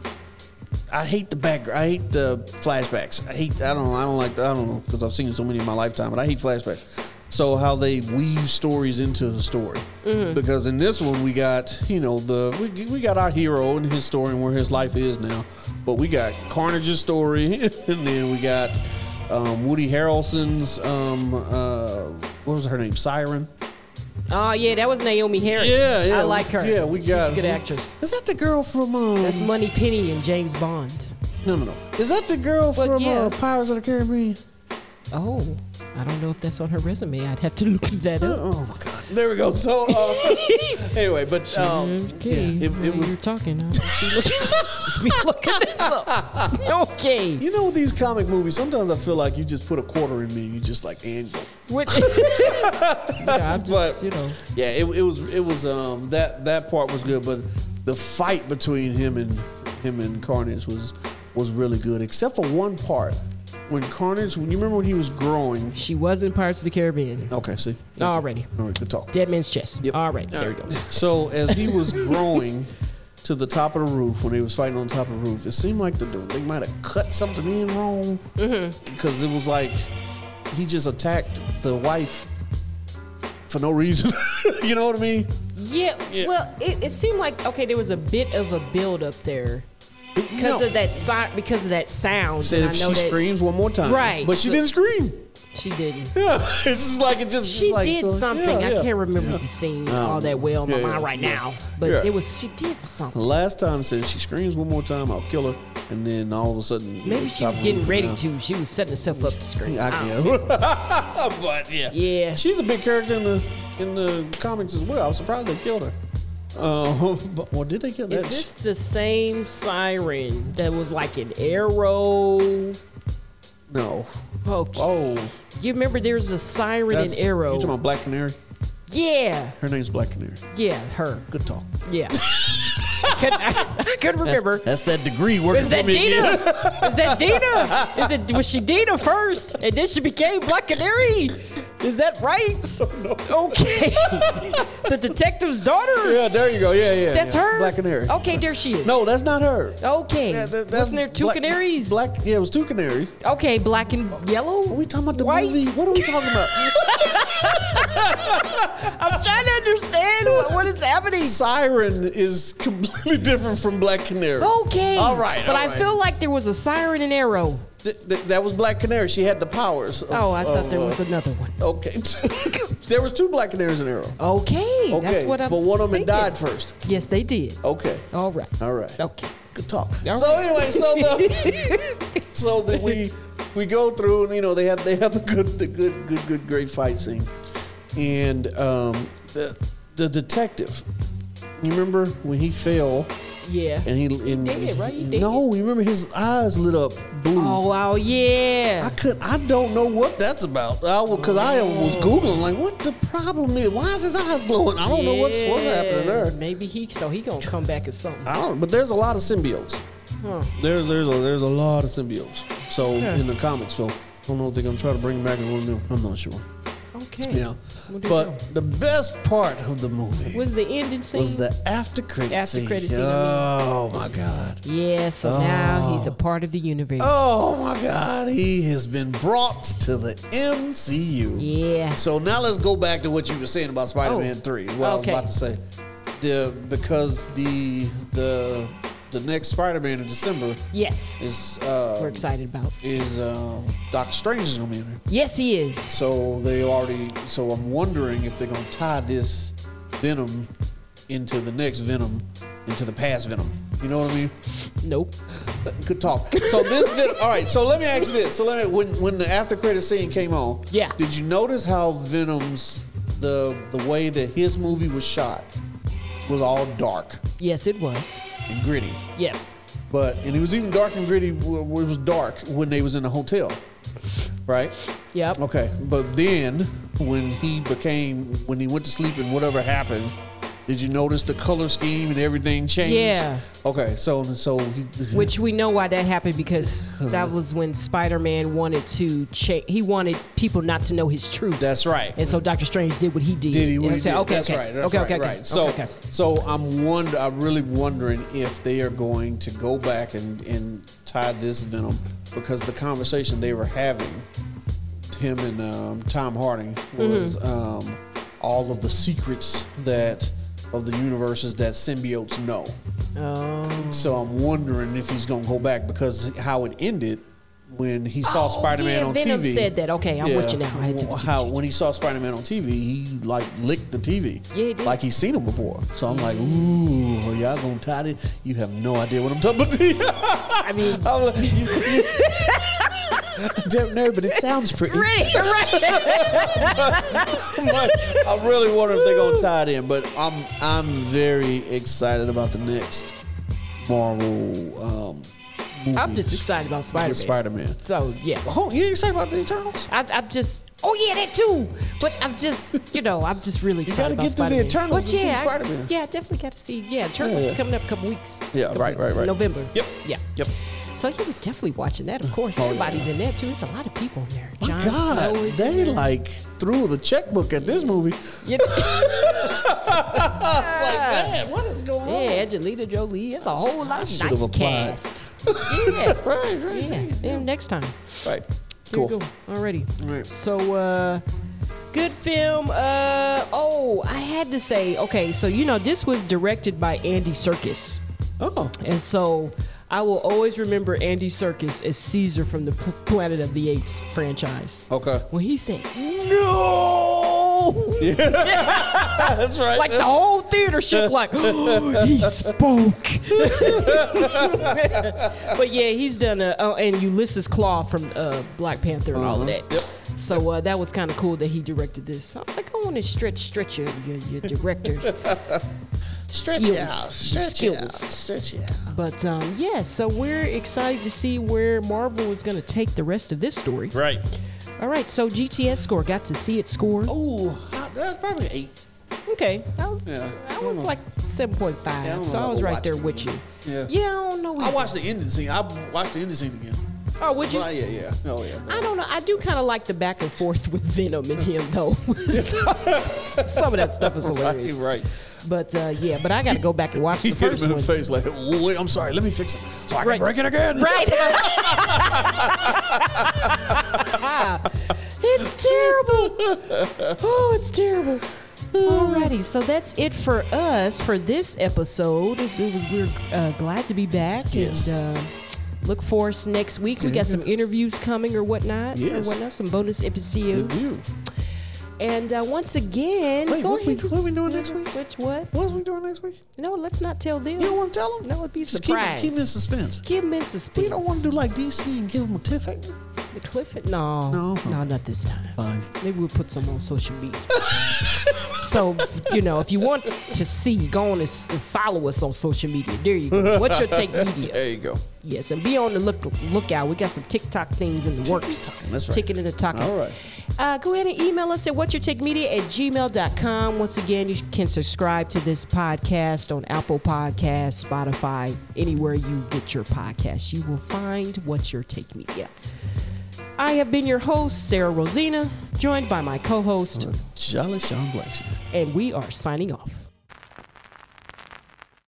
Speaker 5: I hate the background. I hate the flashbacks. I hate. I don't. I don't like. I don't know because I've seen so many in my lifetime, but I hate flashbacks. So how they weave stories into the story because in this one we got you know the we, we got our hero and his story and where his life is now, but we got Carnage's story and then we got um, Woody Harrelson's um, uh, what was her name Siren.
Speaker 2: Oh yeah, that was Naomi Harris.
Speaker 5: Yeah, yeah.
Speaker 2: I like her.
Speaker 5: Yeah, we
Speaker 2: She's
Speaker 5: got
Speaker 2: a good actress.
Speaker 5: Is that the girl from? Um,
Speaker 2: That's Money Penny and James Bond.
Speaker 5: no, no, no. Is that the girl
Speaker 2: But
Speaker 5: from
Speaker 2: yeah.
Speaker 5: uh, Pirates of the Caribbean?
Speaker 2: Oh, I don't know if that's on her resume. I'd have to look that up.
Speaker 5: Oh my God! There we go. So uh, anyway, but um,
Speaker 2: Okay,
Speaker 5: yeah, it, it
Speaker 2: while
Speaker 5: was.
Speaker 2: you're talking. I'll just be looking, just be looking this up. Okay.
Speaker 5: You know these comic movies. Sometimes I feel like you just put a quarter in me. and You just like and go.
Speaker 2: What? yeah, I'm just,
Speaker 5: But-
Speaker 2: you know.
Speaker 5: Yeah, it, it was. It was. Um, that that part was good, but the fight between him and him and Carnage was was really good, except for one part when Carnage. When you remember when he was growing.
Speaker 2: She was in Pirates of the Caribbean.
Speaker 5: Okay, see.
Speaker 2: Already.
Speaker 5: All right, good talk.
Speaker 2: Dead Man's Chest.
Speaker 5: Yep.
Speaker 2: All right, there we
Speaker 5: All right.
Speaker 2: go.
Speaker 5: So as he was growing to the top of the roof, when they was fighting on top of the roof, it seemed like the, they might have cut something in wrong
Speaker 2: Mm-hmm.
Speaker 5: because it was like he just attacked the wife for no reason. you know what I mean?
Speaker 2: Yeah,
Speaker 5: Yeah.
Speaker 2: well, it, it seemed like, okay, there was a bit of a build up there. Because
Speaker 5: No.
Speaker 2: of that si- because of that sound.
Speaker 5: Said
Speaker 2: and
Speaker 5: if
Speaker 2: I know
Speaker 5: she
Speaker 2: that
Speaker 5: screams one more time,
Speaker 2: Right.
Speaker 5: But she
Speaker 2: So-
Speaker 5: didn't scream.
Speaker 2: she didn't.
Speaker 5: Yeah, it's just like it just.
Speaker 2: She
Speaker 5: like,
Speaker 2: did
Speaker 5: uh,
Speaker 2: something.
Speaker 5: yeah, yeah.
Speaker 2: I can't remember the scene all that well in my
Speaker 5: Yeah, yeah,
Speaker 2: mind right
Speaker 5: yeah.
Speaker 2: now. But
Speaker 5: Yeah.
Speaker 2: it was she did something.
Speaker 5: Last time said if she screams one more time, I'll kill her. and then all of a sudden you
Speaker 2: Maybe
Speaker 5: know,
Speaker 2: she
Speaker 5: top
Speaker 2: was
Speaker 5: of
Speaker 2: getting
Speaker 5: the-
Speaker 2: ready to. She was setting herself up to scream.
Speaker 5: I
Speaker 2: don't
Speaker 5: know. but yeah,
Speaker 2: Oh. yeah,
Speaker 5: she's a big character in the in the comics as well. I'm surprised they killed her. Um, but, well, did they kill that?
Speaker 2: Is this the same siren that was like an arrow?
Speaker 5: no.
Speaker 2: Okay.
Speaker 5: Oh,
Speaker 2: You remember there's a siren
Speaker 5: That's-
Speaker 2: and arrow.
Speaker 5: You talking about Black Canary?
Speaker 2: yeah,
Speaker 5: Her name's Black Canary.
Speaker 2: yeah, her.
Speaker 5: Good talk.
Speaker 2: Yeah. I couldn't- I, I couldn't remember.
Speaker 5: That's that degree working
Speaker 2: Is
Speaker 5: for
Speaker 2: that
Speaker 5: me
Speaker 2: Dina?
Speaker 5: again.
Speaker 2: Is that Dina? Is it was she Dina first, and then she became Black Canary? Is that right? Okay. the detective's daughter.
Speaker 5: Yeah, there you go. Yeah, yeah.
Speaker 2: That's
Speaker 5: yeah.
Speaker 2: her.
Speaker 5: Black Canary.
Speaker 2: Okay, there she is.
Speaker 5: No, that's not her.
Speaker 2: Okay.
Speaker 5: Yeah, that- that's
Speaker 2: Wasn't there two
Speaker 5: Black-
Speaker 2: canaries?
Speaker 5: Black. Yeah, it was two canaries.
Speaker 2: Okay, black and yellow. Are
Speaker 5: we talking about the movie? What are we talking about?
Speaker 2: I'm trying to understand what, what is happening.
Speaker 5: Siren is completely different from Black Canary.
Speaker 2: Okay.
Speaker 5: All right.
Speaker 2: But
Speaker 5: all
Speaker 2: I
Speaker 5: right.
Speaker 2: feel like there was a siren and arrow.
Speaker 5: Th- th- that was Black Canary. She had the powers. of-
Speaker 2: Oh, I thought
Speaker 5: of,
Speaker 2: there
Speaker 5: uh,
Speaker 2: was another one.
Speaker 5: Okay. there was two Black Canaries in Arrow.
Speaker 2: Okay,
Speaker 5: Okay.
Speaker 2: that's what I'm.
Speaker 5: But one of them
Speaker 2: thinking.
Speaker 5: had died first.
Speaker 2: Yes, they did.
Speaker 5: Okay.
Speaker 2: All right.
Speaker 5: All right.
Speaker 2: Okay.
Speaker 5: Good talk.
Speaker 2: All
Speaker 5: so
Speaker 2: right.
Speaker 5: anyway, so the, so that we we go through and you know they have they have the good the good good good great fight scene, and um, the the detective, you remember when he fell
Speaker 2: Yeah.
Speaker 5: and he and
Speaker 2: Dead, right? He dead.
Speaker 5: no, you remember his eyes lit up blue.
Speaker 2: Oh wow, yeah.
Speaker 5: I could. I don't know what that's about. I because I was googling like, what the problem is? Why is his eyes glowing? I don't know what's what's happening
Speaker 2: Yeah,
Speaker 5: there.
Speaker 2: Maybe he so he gonna come back as something.
Speaker 5: I don't. But there's a lot of symbiotes.
Speaker 2: Huh.
Speaker 5: There's there's a there's a lot of symbiotes. So
Speaker 2: Yeah.
Speaker 5: in the comics, so I don't know if they're gonna try to bring him back in one new. I'm not sure.
Speaker 2: Okay.
Speaker 5: Yeah.
Speaker 2: We'll do
Speaker 5: But the best part of the movie
Speaker 2: Was the ending scene?
Speaker 5: was the after credit
Speaker 2: After
Speaker 5: scene.
Speaker 2: credit scene, I mean.
Speaker 5: Oh my god.
Speaker 2: yeah. So now he's a part of the universe.
Speaker 5: Oh my God, he has been brought to the MCU.
Speaker 2: Yeah.
Speaker 5: So now let's go back to what you were saying about Spider-Man
Speaker 2: Oh,
Speaker 5: Three. What
Speaker 2: okay.
Speaker 5: I was about to say, the because the the the next Spider-Man in December
Speaker 2: Yes.
Speaker 5: is uh,
Speaker 2: We're excited about.
Speaker 5: is um, Doctor Strange is gonna be in there.
Speaker 2: Yes, he is.
Speaker 5: So they already. So I'm wondering if they're gonna tie this Venom into the next Venom, into the past Venom. You know what I mean?
Speaker 2: Nope.
Speaker 5: Good talk. So this Venom. all right. So let me ask you this. So let me when when the after credit scene came on.
Speaker 2: Yeah.
Speaker 5: Did you notice how Venom's the the way that his movie was shot was all dark
Speaker 2: Yes, it was.
Speaker 5: and gritty.
Speaker 2: Yeah.
Speaker 5: But and it was even dark and gritty. where- where It was dark when they was in the hotel, right?
Speaker 2: Yep.
Speaker 5: Okay, but then when he became when he went to sleep and whatever happened, did you notice the color scheme and everything changed?
Speaker 2: Yeah.
Speaker 5: Okay, so so he,
Speaker 2: Which we know why that happened because that was when Spider-Man wanted to change. He wanted people not to know his truth.
Speaker 5: That's right.
Speaker 2: And so Doctor Strange did what he did.
Speaker 5: Did he?
Speaker 2: And
Speaker 5: What he
Speaker 2: so-
Speaker 5: did.
Speaker 2: Okay.
Speaker 5: that's
Speaker 2: okay.
Speaker 5: right. That's
Speaker 2: okay,
Speaker 5: right,
Speaker 2: okay. Okay.
Speaker 5: right. So,
Speaker 2: okay, okay.
Speaker 5: so I'm wonder. I'm really wondering if they are going to go back and and tie this Venom because the conversation they were having, him and um, Tom Harding
Speaker 2: Mm-hmm.
Speaker 5: was um, all of the secrets that of the universes that symbiotes know.
Speaker 2: Oh.
Speaker 5: So I'm wondering if he's gonna go back because how it ended when he saw Spider-Man
Speaker 2: Oh, yeah,
Speaker 5: on
Speaker 2: Venom
Speaker 5: TV.
Speaker 2: said that. Okay, I'm with you now. I had to-
Speaker 5: how when he saw Spider-Man on TV, he like licked the TV.
Speaker 2: Yeah, he did.
Speaker 5: Like he's seen him before. So I'm like, ooh, are y'all gonna tie it? You have no idea what I'm talking about.
Speaker 2: I mean,
Speaker 5: I'm like, you, you- I don't know, but it sounds pretty.
Speaker 2: right, right.
Speaker 5: I'm like, I really wonder if they're gonna tie it in, but I'm I'm very excited about the next Marvel um, movie.
Speaker 2: I'm just excited about Spider-Man.
Speaker 5: Spider-Man.
Speaker 2: So yeah.
Speaker 5: Oh, you excited about the Eternals?
Speaker 2: I, I'm just. Oh yeah, that too. But I'm just, you know, I'm just really excited
Speaker 5: gotta
Speaker 2: about
Speaker 5: get through the
Speaker 2: Spider-Man.
Speaker 5: Eternals
Speaker 2: But
Speaker 5: to see
Speaker 2: yeah, I-
Speaker 5: Spider-Man.
Speaker 2: yeah, I definitely got to see. Yeah, Eternals
Speaker 5: Yeah.
Speaker 2: is coming up in a couple weeks.
Speaker 5: Yeah,
Speaker 2: Couple
Speaker 5: right,
Speaker 2: weeks.
Speaker 5: right, right.
Speaker 2: November.
Speaker 5: Yep.
Speaker 2: Yeah.
Speaker 5: Yep.
Speaker 2: So you were definitely watching that, of course.
Speaker 5: Oh,
Speaker 2: Everybody's in there too. It's a lot of people in there.
Speaker 5: My
Speaker 2: Jon
Speaker 5: God,
Speaker 2: Snow is in
Speaker 5: they
Speaker 2: there.
Speaker 5: like threw the checkbook at this movie.
Speaker 2: You-
Speaker 5: Man, what is going on?
Speaker 2: yeah, Angelina Jolie. It's a whole lot of
Speaker 5: should've
Speaker 2: nice
Speaker 5: applied.
Speaker 2: cast. Yeah.
Speaker 5: Right, right,
Speaker 2: Yeah. yeah. Next time.
Speaker 5: Right.
Speaker 2: Cool.
Speaker 5: Cool.
Speaker 2: There you go. Alrighty.
Speaker 5: Right.
Speaker 2: So, uh, good film. Uh, oh, I had to say, okay, so you know, this was directed by Andy Serkis,
Speaker 5: Oh,
Speaker 2: and so I will always remember Andy Serkis as Caesar from the P- Planet of the Apes franchise.
Speaker 5: okay.
Speaker 2: When he said no,
Speaker 5: Yeah, that's right.
Speaker 2: like the whole theater shook like, he spoke. but yeah, he's done a, oh, and Ulysses Claw from uh, Black Panther and all of
Speaker 5: Uh-huh.
Speaker 2: that. So uh, that was kind of cool that he directed this. So I'm like, I want to stretch, stretch your, your, your director.
Speaker 13: Stretch it out. Stretch it out. Stretch it out.
Speaker 2: But um, yeah, so we're excited to see where Marvel is going to take the rest of this story.
Speaker 4: Right.
Speaker 2: All right, so GTS score got to see it score.
Speaker 5: Oh, that's probably eight.
Speaker 2: Okay, that was,
Speaker 5: Yeah.
Speaker 2: that was like seven point five.
Speaker 5: Yeah, I don't
Speaker 2: so
Speaker 5: know
Speaker 2: I was
Speaker 5: about
Speaker 2: right there
Speaker 5: watching
Speaker 2: with you.
Speaker 5: Yeah.
Speaker 2: Yeah, I don't know.
Speaker 5: I watched the ending scene. I watched the ending scene again.
Speaker 2: Oh, would you?
Speaker 5: But I- yeah, yeah. Oh, yeah.
Speaker 2: I don't know. I do kind of like the back and forth with Venom and him though. Some of that stuff is hilarious.
Speaker 5: Right. right.
Speaker 2: But uh, yeah, but I got to go back and watch
Speaker 5: He
Speaker 2: the
Speaker 5: hit him
Speaker 2: first
Speaker 5: in
Speaker 2: one.
Speaker 5: the face like, "Oh, wait, I'm sorry, let me fix it so I can
Speaker 2: Right.
Speaker 5: break it again.
Speaker 2: Right. it's terrible. Oh, it's terrible. Alrighty, so that's it for us for this episode. It was- we're uh, glad to be back
Speaker 5: Yes.
Speaker 2: and uh, look for us next week. We got some interviews coming or whatnot,
Speaker 5: Yes.
Speaker 2: or whatnot, some bonus episodes. And uh, once again,
Speaker 5: Wait,
Speaker 2: go
Speaker 5: what we-
Speaker 2: ahead.
Speaker 5: what we doing
Speaker 2: next week? Which what?
Speaker 5: What are we doing next week?
Speaker 2: No, let's not tell them.
Speaker 5: You don't want to tell them?
Speaker 2: That would be a
Speaker 5: Just keep,
Speaker 2: surprise.
Speaker 5: keep 'em in suspense.
Speaker 2: Keep 'em in suspense.
Speaker 5: We don't want to do like DC and give them a cliffhanger.
Speaker 2: The Clifford? No. No. No, not this time.
Speaker 5: Fine.
Speaker 2: Maybe we'll put some on social media. so, you know, if you want to see, go on and s- follow us on social media. There you go. What's your take media?
Speaker 5: There you go.
Speaker 2: Yes, and be on the look lookout. We got some TikTok things in the works.
Speaker 5: that's right.
Speaker 2: Ticking in the talking.
Speaker 5: All right.
Speaker 2: Uh, go ahead and email us at whatyourtakemedia at gmail.com. Once again, you can subscribe to this podcast on Apple Podcasts, Spotify, anywhere you get your podcast. You will find What's Your Take Media. I have been your host, Sarah Rosina, joined by my co host,
Speaker 5: Jolly Sean Blackson.
Speaker 2: and we are signing off.